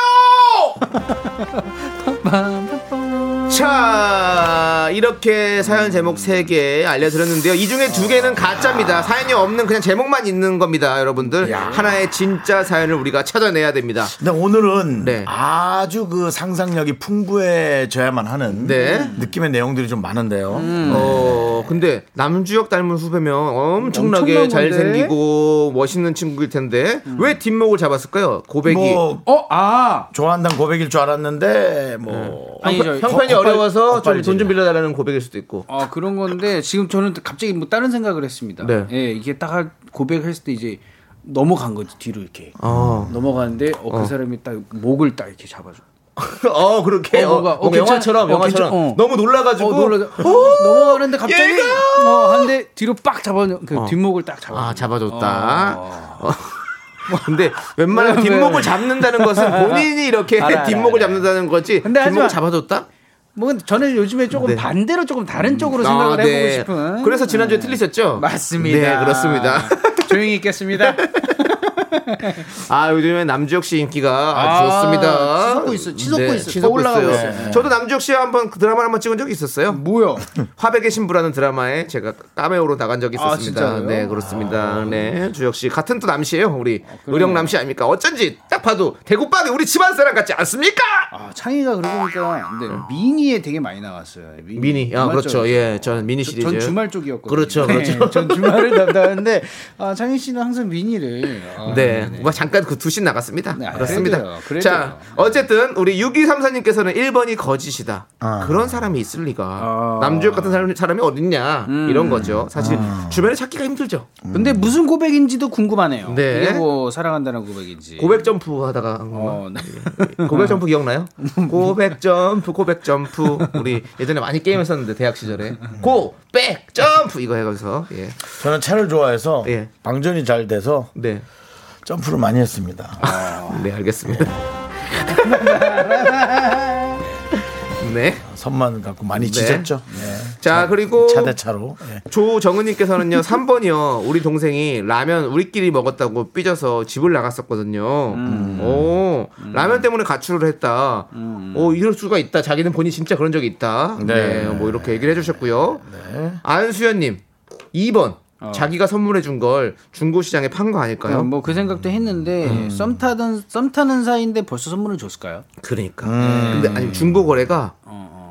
Speaker 2: 자, 이렇게 사연 제목 3개 알려드렸는데요. 이 중에 2개는 가짜입니다. 사연이 없는 그냥 제목만 있는 겁니다, 여러분들. 하나의 진짜 사연을 우리가 찾아내야 됩니다.
Speaker 1: 근데 오늘은
Speaker 2: 네.
Speaker 1: 아주 그 상상력이 풍부해져야만 하는
Speaker 2: 네.
Speaker 1: 느낌의 내용들이 좀 많은데요.
Speaker 2: 어 근데 남주혁 닮은 후배면 엄청나게
Speaker 9: 엄청난 건데?
Speaker 2: 잘생기고 멋있는 친구일 텐데 왜 뒷목을 잡았을까요? 고백이
Speaker 1: 뭐
Speaker 9: 어, 아.
Speaker 1: 좋아한다는 고백일 줄 알았는데 뭐
Speaker 9: 아니죠.
Speaker 2: 형편이
Speaker 1: 헛-
Speaker 2: 어려워서 좀
Speaker 1: 헛발질이야.
Speaker 2: 돈 좀 빌려달라는 고백일 수도 있고
Speaker 9: 아, 그런 건데 지금 저는 갑자기 뭐 다른 생각을 했습니다.
Speaker 2: 네.
Speaker 9: 예, 이게 딱 할- 고백했을 때 이제 넘어간 거지 뒤로 이렇게
Speaker 2: 어,
Speaker 9: 넘어가는데 어, 그 사람이 딱 목을 딱 이렇게 잡아줘.
Speaker 2: 어 그렇게
Speaker 9: 어,
Speaker 2: 어,
Speaker 9: 뭔가, 어,
Speaker 2: 뭔가 영화처럼
Speaker 9: 괜찮- 어,
Speaker 2: 영화처럼
Speaker 9: 괜찮- 어.
Speaker 2: 너무 놀라가지고
Speaker 9: 어, 놀라서 어, 넘어가는데 갑자기
Speaker 2: 얘가! 어.
Speaker 9: 어, 한데 뒤로 빡 잡아 그 뒷목을 딱 잡아.
Speaker 2: 아 잡아줬다 어. 근데 웬만하면
Speaker 9: 왜, 왜,
Speaker 2: 뒷목을
Speaker 9: 왜.
Speaker 2: 잡는다는 것은 본인이 이렇게
Speaker 9: 알아, 알아,
Speaker 2: 뒷목을
Speaker 9: 알아.
Speaker 2: 잡는다는 거지
Speaker 9: 근데 하지
Speaker 2: 뒷목을
Speaker 9: 마.
Speaker 2: 잡아줬다?
Speaker 9: 뭐 근데 저는 요즘에 조금
Speaker 2: 네.
Speaker 9: 반대로 조금 다른 쪽으로
Speaker 2: 아,
Speaker 9: 생각을
Speaker 2: 네.
Speaker 9: 해보고 싶은. 네.
Speaker 2: 그래서 지난주에 틀리셨죠?
Speaker 9: 맞습니다.
Speaker 2: 네 그렇습니다
Speaker 9: 조용히 있겠습니다.
Speaker 2: 아 요즘에 남주혁 씨 인기가 아주
Speaker 9: 아,
Speaker 2: 좋습니다. 네,
Speaker 9: 치솟고 있어, 치솟고 있어,
Speaker 2: 치솟고
Speaker 9: 더 올라가고 네.
Speaker 2: 있어요. 저도 남주혁 씨와 한번 그 드라마 를 한번 찍은 적이 있었어요.
Speaker 9: 뭐요?
Speaker 2: 화백의 신부라는 드라마에 제가 까메오로 나간 적이
Speaker 9: 아,
Speaker 2: 있었습니다.
Speaker 9: 진짜요? 아.
Speaker 2: 네 그렇습니다. 네 주혁 씨 같은 또 남씨예요. 우리 의령 남씨 아닙니까? 어쩐지 딱 봐도 대구빵이 우리 집안 사람 같지 않습니까?
Speaker 9: 아, 창희가 그러고 보니까 근데 미니에 되게 많이 나왔어요. 미니.
Speaker 2: 네. 미니, 아
Speaker 9: 주말
Speaker 2: 그렇죠.
Speaker 9: 쪽에서.
Speaker 2: 예, 저는 미니
Speaker 9: 저-
Speaker 2: 시리즈.
Speaker 9: 전 주말 쪽이었거든요.
Speaker 2: 그렇죠, 그렇죠.
Speaker 9: 네, 전 주말을 담당하는데 아, 창희 씨는 항상 미니를. 아,
Speaker 2: 네. 뭐 잠깐 그 두신 나갔습니다.
Speaker 9: 네, 아,
Speaker 2: 그렇습니다.
Speaker 9: 그래도요, 그래도요.
Speaker 2: 자, 어쨌든 우리 6234님께서는 1번이 거짓이다. 그런 사람이 있을 리가.
Speaker 9: 아.
Speaker 2: 남주혁 같은 사람, 사람이 어딨냐.
Speaker 9: 음.
Speaker 2: 이런 거죠. 사실 주변에 찾기가 힘들죠.
Speaker 9: 근데 무슨 고백인지도 궁금하네요.
Speaker 2: 음. 네.
Speaker 9: 이게 뭐 사랑한다는 고백인지.
Speaker 2: 고백 점프 하다가 한 건가?
Speaker 9: 예. 어, 네.
Speaker 2: 고백 점프 기억나요? 고백 점프, 고백 점프. 우리 예전에 많이 게임했었는데 대학 시절에 고백 점프 이거 해가면서 예,
Speaker 1: 저는 차를 좋아해서
Speaker 2: 예.
Speaker 1: 방전이 잘 돼서
Speaker 2: 네,
Speaker 1: 점프를 많이 했습니다.
Speaker 9: 아.
Speaker 2: 네 알겠습니다. 네,
Speaker 1: 선만 갖고 많이 지졌죠. 네.
Speaker 2: 자 그리고
Speaker 1: 차대차로. 예.
Speaker 2: 조정은님께서는요, 3번이요. 우리 동생이 라면 우리끼리 먹었다고 삐져서 집을 나갔었거든요. 오, 라면 때문에 가출을 했다. 오, 이럴 수가 있다. 자기는 본인 진짜 그런 적이 있다. 네.
Speaker 1: 네.
Speaker 2: 뭐 이렇게 얘기를 해주셨고요. 안수연님, 2번. 자기가 선물해준 걸 중고시장에 판 거 아닐까요? 음.
Speaker 9: 뭐 그 생각도 했는데 썸 타던 썸 타는 사이인데 벌써 선물을 줬을까요?
Speaker 2: 그러니까. 근데 아니 중고 거래가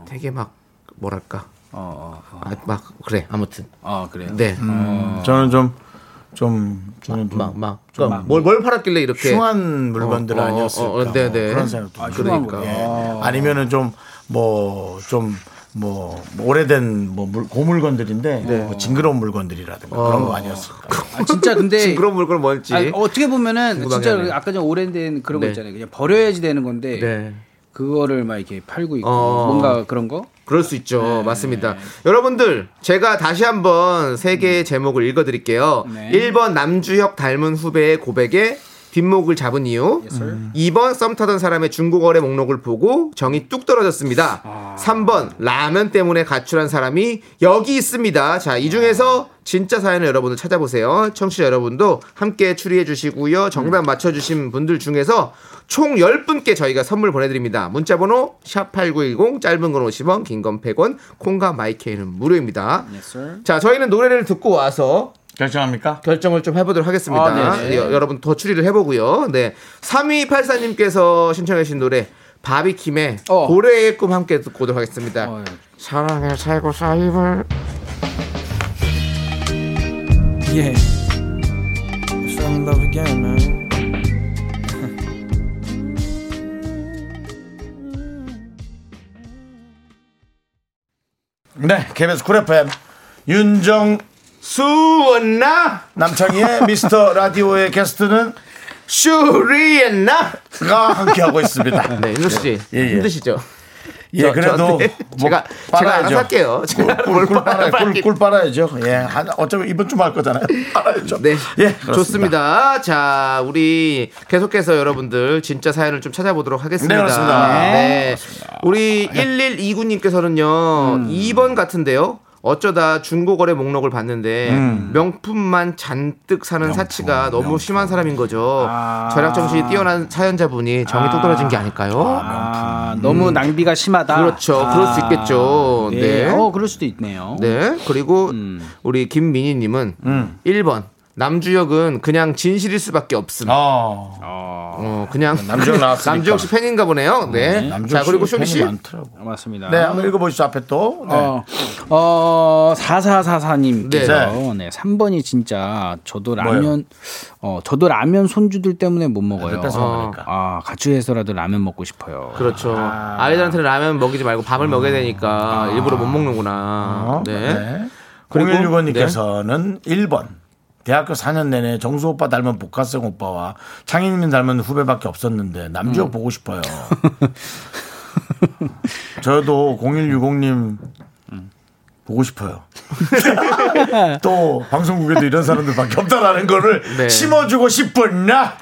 Speaker 2: 되게 막 뭐랄까. 아, 막 그래 아무튼.
Speaker 9: 아 그래요.
Speaker 2: 네.
Speaker 1: 음. 저는 좀, 좀, 저는 좀
Speaker 2: 막, 막, 그러니까 뭘, 뭘 팔았길래 이렇게
Speaker 1: 흉한 물건들
Speaker 2: 어, 어,
Speaker 1: 아니었을까. 뭐
Speaker 2: 어, 어, 네, 네.
Speaker 1: 그런 생각도
Speaker 2: 아,
Speaker 1: 들어요.
Speaker 2: 그러니까.
Speaker 1: 예. 아니면은 좀, 뭐, 좀, 뭐, 뭐 오래된 뭐 물- 고물건들인데
Speaker 2: 네.
Speaker 1: 뭐 징그러운 물건들이라든가
Speaker 2: 어.
Speaker 1: 그런 거 아니었을까.
Speaker 9: 아, 진짜 근데
Speaker 2: 징그러운 물건 뭔지.
Speaker 9: 아니, 어떻게 보면은
Speaker 2: 궁금하게
Speaker 9: 진짜
Speaker 2: 하네요.
Speaker 9: 아까 전 오래된 그런
Speaker 2: 네.
Speaker 9: 거 있잖아요. 그냥 버려야지 되는 건데
Speaker 2: 네.
Speaker 9: 그거를 막 이렇게 팔고 있고
Speaker 2: 어.
Speaker 9: 뭔가 그런 거.
Speaker 2: 그럴 수 있죠. 맞습니다. 여러분들, 제가 다시 한번 세 개의 제목을 읽어드릴게요.
Speaker 9: 네.
Speaker 2: 1번 남주혁 닮은 후배의 고백에 뒷목을 잡은 이유. 2번 썸 타던 사람의 중고거래 목록을 보고 정이 뚝 떨어졌습니다. 3번 라면 때문에 가출한 사람이 여기 있습니다. 자, 이 중에서 진짜 사연을 여러분들 찾아보세요. 청취자 여러분도 함께 추리해 주시고요. 정답 맞춰 주신 분들 중에서 총 10분께 저희가 선물 보내 드립니다. 문자 번호 샵8910 짧은 건 50원, 긴 건 100원, 콩과 마이케이는 무료입니다. 자, 저희는 노래를 듣고 와서
Speaker 1: 결정합니까?
Speaker 2: 결정을 좀 해보도록 하겠습니다.
Speaker 9: 아, 네네.
Speaker 2: 예, 여러분 더 추리를 해보고요. 네. 3284님께서 신청해주신 노래 바비킴의
Speaker 9: 어.
Speaker 2: 고래의 꿈 함께 듣고 오도록 하겠습니다.
Speaker 9: 어,
Speaker 1: 네.
Speaker 2: 사랑의 최고 사이버
Speaker 11: Yeah. We fell in love again, man.
Speaker 1: 네, KBS 쿨 FM 윤정
Speaker 2: 수원나
Speaker 1: 남창희의 미스터 라디오의 게스트는
Speaker 2: 슈리엔나
Speaker 1: 가 함께하고 있습니다.
Speaker 2: 네, 윤수 씨
Speaker 1: 예, 예.
Speaker 2: 힘드시죠?
Speaker 1: 예,
Speaker 2: 저-
Speaker 1: 그래도
Speaker 2: 저한테 제가 제가 알아서 할게요. 제가
Speaker 1: 꿀, 꿀
Speaker 2: 뭘
Speaker 1: 빨아요.
Speaker 2: 빨아요.
Speaker 1: 꿀, 꿀 빨아야죠. 예, 한, 어차피 이번 주말 할 거잖아요. 빨아야죠.
Speaker 2: 네,
Speaker 1: 예, 그렇습니다.
Speaker 2: 좋습니다. 자, 우리 계속해서 여러분들 진짜 사연을 좀 찾아보도록 하겠습니다.
Speaker 1: 네, 그렇습니다. 음.
Speaker 2: 네. 우리 1129님께서는요, 2번 같은데요. 어쩌다 중고거래 목록을 봤는데
Speaker 1: 음.
Speaker 2: 명품만 잔뜩 사는 사치가 너무 심한 사람인 거죠.
Speaker 1: 아.
Speaker 2: 절약 정신이 뛰어난 사연자분이 정이 똑 떨어진 게 아닐까요?
Speaker 9: 아, 너무 낭비가 심하다.
Speaker 2: 음.
Speaker 9: 아.
Speaker 2: 그렇죠. 그럴 수 있겠죠. 네.
Speaker 9: 어, 그럴 수도 있네요.
Speaker 2: 네. 그리고
Speaker 1: 음.
Speaker 2: 우리 김민희님은 1번 남주혁은 그냥 진실일 수밖에 없음.
Speaker 1: 어,
Speaker 2: 어, 그냥
Speaker 1: 남주혁 나왔으니까. 음,
Speaker 2: 남주혁 씨 팬인가 보네요. 네. 자
Speaker 1: 남주혁
Speaker 2: 그리고
Speaker 1: 씨
Speaker 2: 쇼리 씨.
Speaker 1: 팬이 많더라고.
Speaker 9: 맞습니다.
Speaker 1: 네, 한번 읽어보시죠 앞에 또. 네.
Speaker 9: 어, 어, 4444님께서
Speaker 1: 네.
Speaker 9: 네. 3번이 진짜 저도 라면 어, 저도 라면 손주들 때문에 못 먹어요.
Speaker 1: 뺏어 먹으니까.
Speaker 9: 아, 가출해서라도 라면 먹고 싶어요.
Speaker 2: 그렇죠. 아. 이들한테는 라면 먹이지 말고 밥을 먹여야 되니까 일부러 못 먹는구나.
Speaker 1: 아. 어,
Speaker 2: 네.
Speaker 1: 네.
Speaker 2: 그리고- 네.
Speaker 1: 0165님께서는 1번. 대학교 4년 내내 정수 오빠 닮은 복학생 오빠와 창희님 닮은 후배밖에 없었는데 남주혁
Speaker 2: 음.
Speaker 1: 보고 싶어요. 저도 0160님 보고 싶어요. 또 방송국에도 이런 사람들밖에 없다라는 거를
Speaker 2: 네.
Speaker 1: 심어주고 싶었나?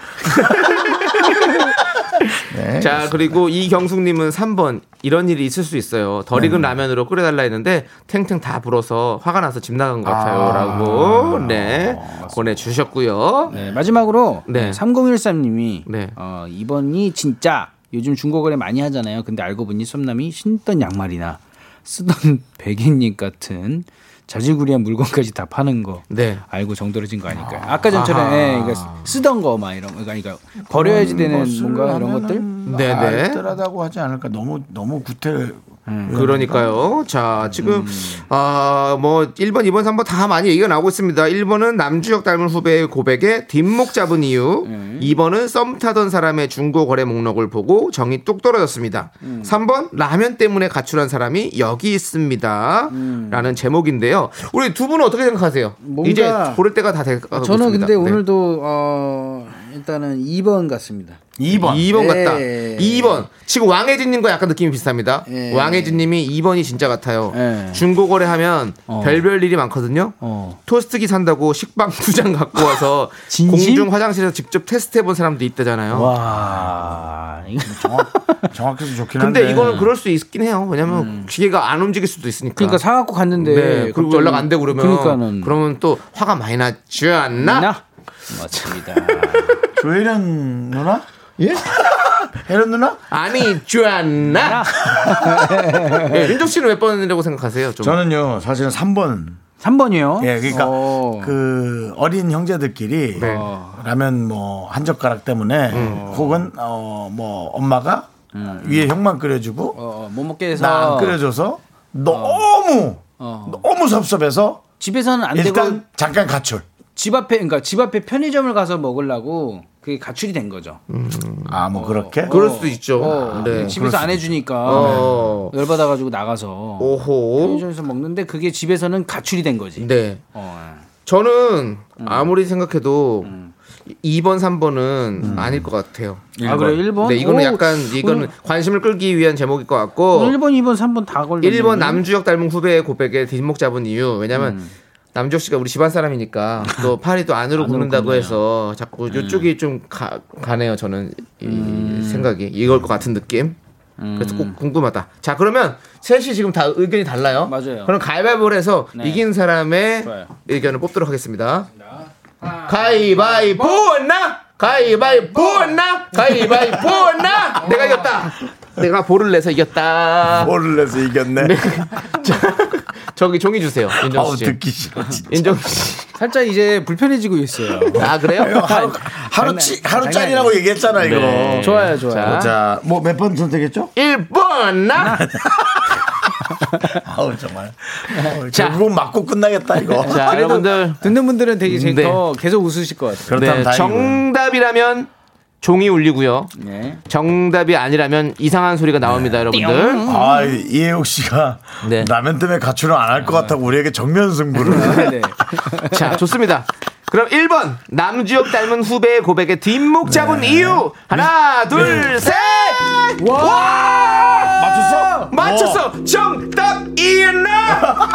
Speaker 1: 네.
Speaker 2: 자 그리고 이경숙님은 3번 이런 일이 있을 수 있어요.
Speaker 1: 네.
Speaker 2: 덜 익은 라면으로 끓여달라 했는데 탱탱 다 불어서 화가 나서 집 나간 것
Speaker 1: 아.
Speaker 2: 같아요라고 네 보내주셨고요.
Speaker 9: 네, 마지막으로
Speaker 2: 네.
Speaker 9: 3013님이
Speaker 2: 네.
Speaker 9: 어, 이번이 진짜 요즘 중고거래 많이 하잖아요. 근데 알고 보니 썸남이 신던 양말이나 쓰던 베갯잎 같은 자질구리한 물건까지 다 파는 거
Speaker 2: 네.
Speaker 9: 알고 정떨어진 거 아닐까요? 아까 전처럼 예, 그러니까 쓰던 거 막 이런 거 그러니까 버려야지 되는
Speaker 2: 뭐
Speaker 9: 뭔가 이런 것들
Speaker 2: 네네. 음.
Speaker 1: 알뜰하다고 하지 않을까. 너무 너무 구태.
Speaker 9: 음.
Speaker 2: 그러니까요. 자, 지금, 아, 뭐, 1번, 2번, 3번 다 많이 얘기가 나오고 있습니다. 1번은 남주혁 닮은 후배의 고백에 뒷목 잡은 이유.
Speaker 9: 네.
Speaker 2: 2번은 썸 타던 사람의 중고 거래 목록을 보고 정이 뚝 떨어졌습니다.
Speaker 9: 음.
Speaker 2: 3번, 라면 때문에 가출한 사람이 여기 있습니다. 라는 제목인데요. 우리 두 분은 어떻게 생각하세요?
Speaker 9: 음. 뭔가-
Speaker 2: 이제 고를 때가 다 돼가고
Speaker 9: 저는
Speaker 2: 있습니다.
Speaker 9: 근데
Speaker 2: 네.
Speaker 9: 오늘도 어, 일단은 2번 같습니다.
Speaker 1: 2번.
Speaker 2: 2번 같다.
Speaker 9: 예.
Speaker 2: 2번. 지금 왕혜진님과 약간 느낌이 비슷합니다.
Speaker 9: 예.
Speaker 2: 왕혜진님이 2번이 진짜 같아요.
Speaker 9: 예.
Speaker 2: 중고거래 하면
Speaker 9: 어.
Speaker 2: 별별 일이 많거든요.
Speaker 9: 어.
Speaker 2: 토스트기 산다고 식빵 두 장 갖고 와서
Speaker 9: 진심?
Speaker 2: 공중 화장실에서 직접 테스트해본 사람도 있다잖아요.
Speaker 9: 와. 이거
Speaker 1: 정확, 정확해서 좋긴 한데.
Speaker 2: 근데 이거는 그럴 수 있긴 해요. 왜냐면 기계가 안 움직일 수도 있으니까.
Speaker 9: 음. 그러니까 사 갖고 갔는데
Speaker 2: 네, 그리고
Speaker 9: 갑자기-
Speaker 2: 연락 안 되고 그러면
Speaker 9: 그러니까는
Speaker 2: 그러면또 화가 많이 나지 않나?
Speaker 9: 나 맞습니다.
Speaker 1: 조혜련 누나? 예? 혜련 누나?
Speaker 2: 아니, 지 않나? 예, 윤정 씨는 몇 번이라고 생각하세요? 좀.
Speaker 1: 저는요 사실은 3번
Speaker 9: 3번이요?
Speaker 1: 예 그러니까
Speaker 9: 어.
Speaker 1: 그 어린 형제들끼리
Speaker 2: 네.
Speaker 1: 라면 뭐 한 젓가락 때문에 혹은 어 뭐 엄마가 위에 형만 끓여주고
Speaker 9: 어, 못 먹게 해서
Speaker 1: 나 안 끓여줘서 너무 너무 섭섭해서
Speaker 9: 집에서는 안
Speaker 1: 일단
Speaker 9: 되고
Speaker 1: 잠깐 가출
Speaker 9: 집 앞에 그러니까 집 앞에 편의점을 가서 먹으려고 그게 가출이 된 거죠.
Speaker 1: 아 뭐 그렇게
Speaker 2: 그럴 수도 있죠.
Speaker 9: 어,
Speaker 2: 네.
Speaker 9: 집에서 안 해주니까 네.
Speaker 2: 어.
Speaker 9: 열받아 가지고 나가서
Speaker 2: 오호.
Speaker 9: 편의점에서 먹는데 그게 집에서는 가출이 된 거지.
Speaker 2: 네.
Speaker 9: 어, 예.
Speaker 2: 저는
Speaker 9: 음.
Speaker 2: 아무리 생각해도 2번, 3번은 아닐 것 같아요.
Speaker 9: 음. 아 그래 1번?
Speaker 2: 네, 이거는 약간 이거는 관심을 끌기 위한 제목일 것 같고
Speaker 9: 네.
Speaker 1: 어.
Speaker 9: 1번, 2번, 3번 다 걸려.
Speaker 2: 1번 남주혁 닮은 후배의 고백에 뒷목 잡은 이유. 왜냐면 남주혁 씨가 우리 집안 사람이니까 또 팔이 또 음. 안으로 음. 굽는다고 해서 자꾸 이쪽이 좀 가, 가네요. 저는 이 생각이 이걸 것 같은 느낌. 그래서 꼭 궁금하다. 자 그러면 셋이 지금 다 의견이 달라요. 맞아요. 그럼 가위바위보를 해서
Speaker 9: 네.
Speaker 2: 이긴 사람의 의견을 뽑도록 하겠습니다. 뭐? 가위바위보 나 가위바위보 나 가위바위보 나 내가 이겼다. 내가 볼을 내서 이겼다.
Speaker 1: 볼을 내서 이겼네.
Speaker 2: 저기 종이 주세요. 윤정수 씨.
Speaker 1: 듣기 싫어.
Speaker 2: 윤정수 씨.
Speaker 9: 살짝 이제 불편해지고
Speaker 1: 네.
Speaker 9: 있어요.
Speaker 2: 아 그래요?
Speaker 1: 하루, 하루치, 하루짜리라고 얘기했잖아, 이거.
Speaker 2: 네.
Speaker 9: 좋아요, 좋아요.
Speaker 2: 자.
Speaker 1: 자, 뭐 몇 번 선택했죠?
Speaker 2: 1번
Speaker 1: 아,
Speaker 2: 나
Speaker 1: 아우, 정말.
Speaker 2: 자.
Speaker 1: 결국은 맞고 끝나겠다, 이거.
Speaker 2: 자, 여러분들
Speaker 9: 듣는 분들은 되게 제-
Speaker 2: 네.
Speaker 9: 더 계속 웃으실 것 같아요.
Speaker 1: 그렇다면
Speaker 2: 네,
Speaker 1: 다행이고.
Speaker 2: 정답이라면 종이 울리고요.
Speaker 9: 네.
Speaker 2: 정답이 아니라면 이상한 소리가
Speaker 1: 네.
Speaker 2: 나옵니다, 여러분들.
Speaker 1: 아, 이혜욱 씨가
Speaker 2: 네.
Speaker 1: 라면 때문에 가출은 안 할 것 같다고 우리에게 정면 승부를.
Speaker 9: 네.
Speaker 2: 자, 좋습니다. 그럼 1번 남주혁 닮은 후배의 고백에 뒷목 잡은
Speaker 1: 네.
Speaker 2: 이유 하나 둘 셋. 와!
Speaker 1: 맞췄어?
Speaker 2: 맞췄어. 정답 이은나.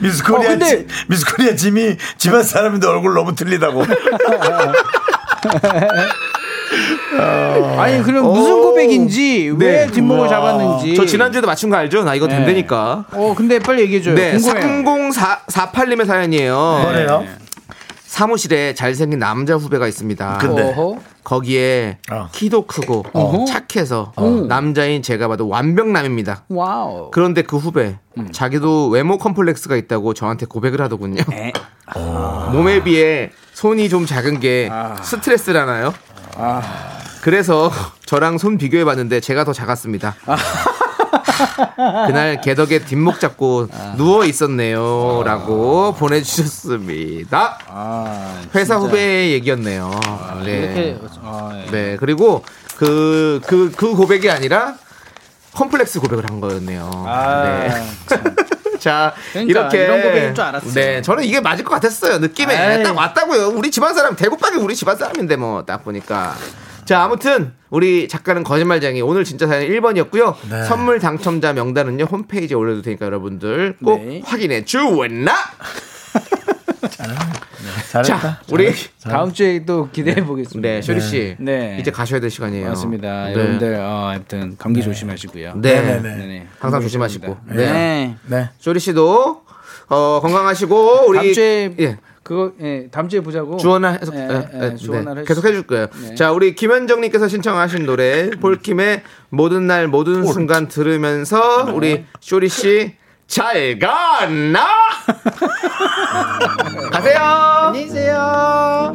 Speaker 1: 미스코리아
Speaker 9: 근데-
Speaker 1: 지- 미스코리아 짐이 집안 사람인데 얼굴 너무 틀리다고. 어.
Speaker 9: 아니 그럼 무슨 고백인지
Speaker 1: 네.
Speaker 9: 왜 뒷목을 잡았는지.
Speaker 2: 저 지난주에도 맞춘 거 알죠? 나 이거 된다니까.
Speaker 9: 어 근데 빨리 얘기해줘요.
Speaker 2: 네,
Speaker 9: 궁금해요.
Speaker 2: 3048님의 사연이에요.
Speaker 1: 그래요?
Speaker 2: 사무실에 잘생긴 남자 후배가 있습니다.
Speaker 1: 근데
Speaker 9: 어허.
Speaker 2: 거기에
Speaker 1: 어.
Speaker 2: 키도 크고 착해서 남자인 제가 봐도 완벽남입니다.
Speaker 9: 와우.
Speaker 2: 그런데 그 후배 자기도 외모 컴플렉스가 있다고 저한테 고백을 하더군요.
Speaker 1: 어.
Speaker 2: 몸에 비해 손이 좀 작은 게
Speaker 1: 아.
Speaker 2: 스트레스라나요? 그래서 저랑 손 비교해 봤는데 제가 더 작았습니다.
Speaker 1: 아.
Speaker 2: 그날 개덕에 뒷목 잡고
Speaker 1: 아.
Speaker 2: 누워 있었네요라고 보내주셨습니다. 회사 후배의 얘기였네요. 아, 네.
Speaker 9: 이렇게 아, 예.
Speaker 2: 네 그리고 그 그, 그 고백이 아니라 컴플렉스 고백을 한 거였네요.
Speaker 9: 아,
Speaker 2: 네. 자
Speaker 9: 그러니까
Speaker 2: 이렇게
Speaker 9: 이런 고백인 줄 알았어요.
Speaker 2: 네 저는 이게 맞을 것 같았어요 느낌에
Speaker 9: 에이.
Speaker 2: 딱 왔다고요 우리 집안 사람 대구빵이 우리 집안 사람인데 뭐 딱 보니까 자 아무튼 우리 작가는 거짓말쟁이 오늘 진짜 사연 1번이었고요
Speaker 9: 네.
Speaker 2: 선물 당첨자 명단은요 홈페이지에 올려도 되니까 여러분들 꼭
Speaker 9: 네.
Speaker 2: 확인해 주웠나
Speaker 9: 네,
Speaker 1: 잘했다.
Speaker 2: 자 우리
Speaker 9: 다음 주에 또 기대해 보겠습니다.
Speaker 2: 네 쇼리 씨
Speaker 9: 네.
Speaker 2: 이제 가셔야 될 시간이에요
Speaker 9: 맞습니다.
Speaker 2: 네.
Speaker 9: 여러분들 어, 아무튼 감기 조심하시고요.
Speaker 2: 네.
Speaker 1: 네네네.
Speaker 9: 네네.
Speaker 2: 항상 조심하시고
Speaker 9: 감사합니다.
Speaker 2: 네.
Speaker 9: 네.
Speaker 1: 네.
Speaker 2: 쇼리 씨도 어, 건강하시고 우리
Speaker 9: 다음 주에
Speaker 2: 예.
Speaker 9: 그거 예, 다음 주에 보자고.
Speaker 2: 주원아 해석
Speaker 9: 예,
Speaker 2: 예,
Speaker 9: 예,
Speaker 2: 예,
Speaker 9: 주원을
Speaker 2: 네.
Speaker 9: 해주-
Speaker 2: 계속 해줄 거예요. 자 우리 김현정님께서 신청하신 노래 볼킴의 모든 날 모든 순간 들으면서 우리 쇼리 씨 잘 가나 가세요. 안녕히 계세요.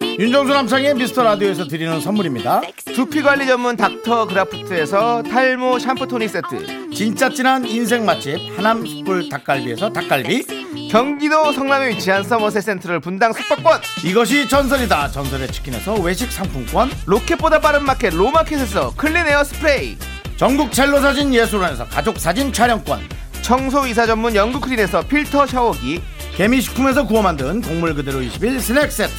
Speaker 1: 윤정수 남창의 미스터 라디오에서 드리는 선물입니다.
Speaker 2: 두피 관리 전문 닥터 그라프트에서 탈모 샴푸 토닉 세트,
Speaker 1: 진짜 진한 인생 맛집 하남 숯불 닭갈비에서 닭갈비.
Speaker 2: 경기도 성남에 위치한 서머셋 센트럴 분당 숙박권,
Speaker 1: 이것이 전설이다. 전설의 치킨에서 외식 상품권.
Speaker 2: 로켓보다 빠른 마켓 로마켓에서 클린 에어 스프레이.
Speaker 1: 전국 첼로 사진 예술원에서 가족 사진 촬영권.
Speaker 2: 청소 이사 전문 영국 크린에서 필터 샤워기
Speaker 1: 개미식품에서 구워 만든 곡물 그대로 21 스낵 세트.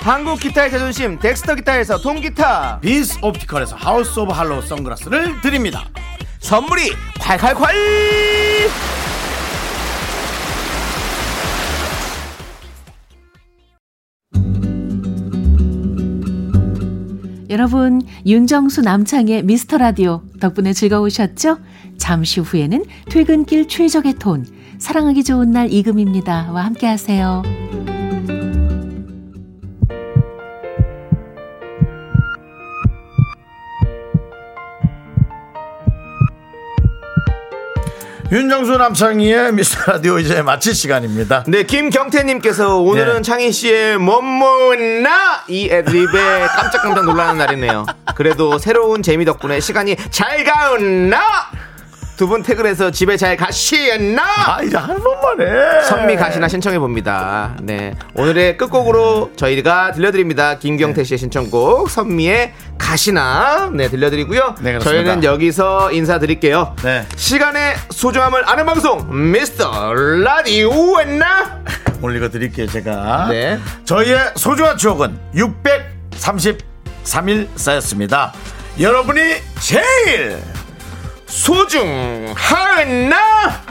Speaker 2: 한국 기타의 자존심 덱스터 기타에서 통기타
Speaker 1: 비스 옵티컬에서 하우스 오브 할로우 선글라스를 드립니다.
Speaker 2: 선물이 콸콸콸
Speaker 12: 여러분, 윤정수 남창의 미스터 라디오 덕분에 즐거우셨죠? 잠시 후에는 퇴근길 최적의 톤, 사랑하기 좋은 날 이금입니다와 함께 하세요.
Speaker 1: 윤정수 남창희의 미스터 라디오 이제 마칠 시간입니다.
Speaker 2: 네 김경태님께서 오늘은
Speaker 1: 네.
Speaker 2: 창희씨의 뭐뭐나 이 애드립에 깜짝깜짝 놀라는 날이네요 그래도 새로운 재미 덕분에 시간이 잘 가었나 두 분 퇴근해서 집에 잘 가시나? 아,
Speaker 1: 이제 한 번만 해.
Speaker 2: 선미 가시나 신청해 봅니다. 네. 오늘의 끝곡으로 저희가 들려드립니다. 김경태 씨의 신청곡 선미의 가시나. 네, 들려드리고요.
Speaker 1: 네, 그렇습니다.
Speaker 2: 저희는 여기서 인사드릴게요.
Speaker 1: 네.
Speaker 2: 시간의 소중함을 아는 방송 미스터 라디오 했나?
Speaker 1: 올리고 드릴게요, 제가.
Speaker 2: 네.
Speaker 1: 저희의 소중한 추억은 633일 쌓였습니다. 여러분이 제일
Speaker 2: 소중하나?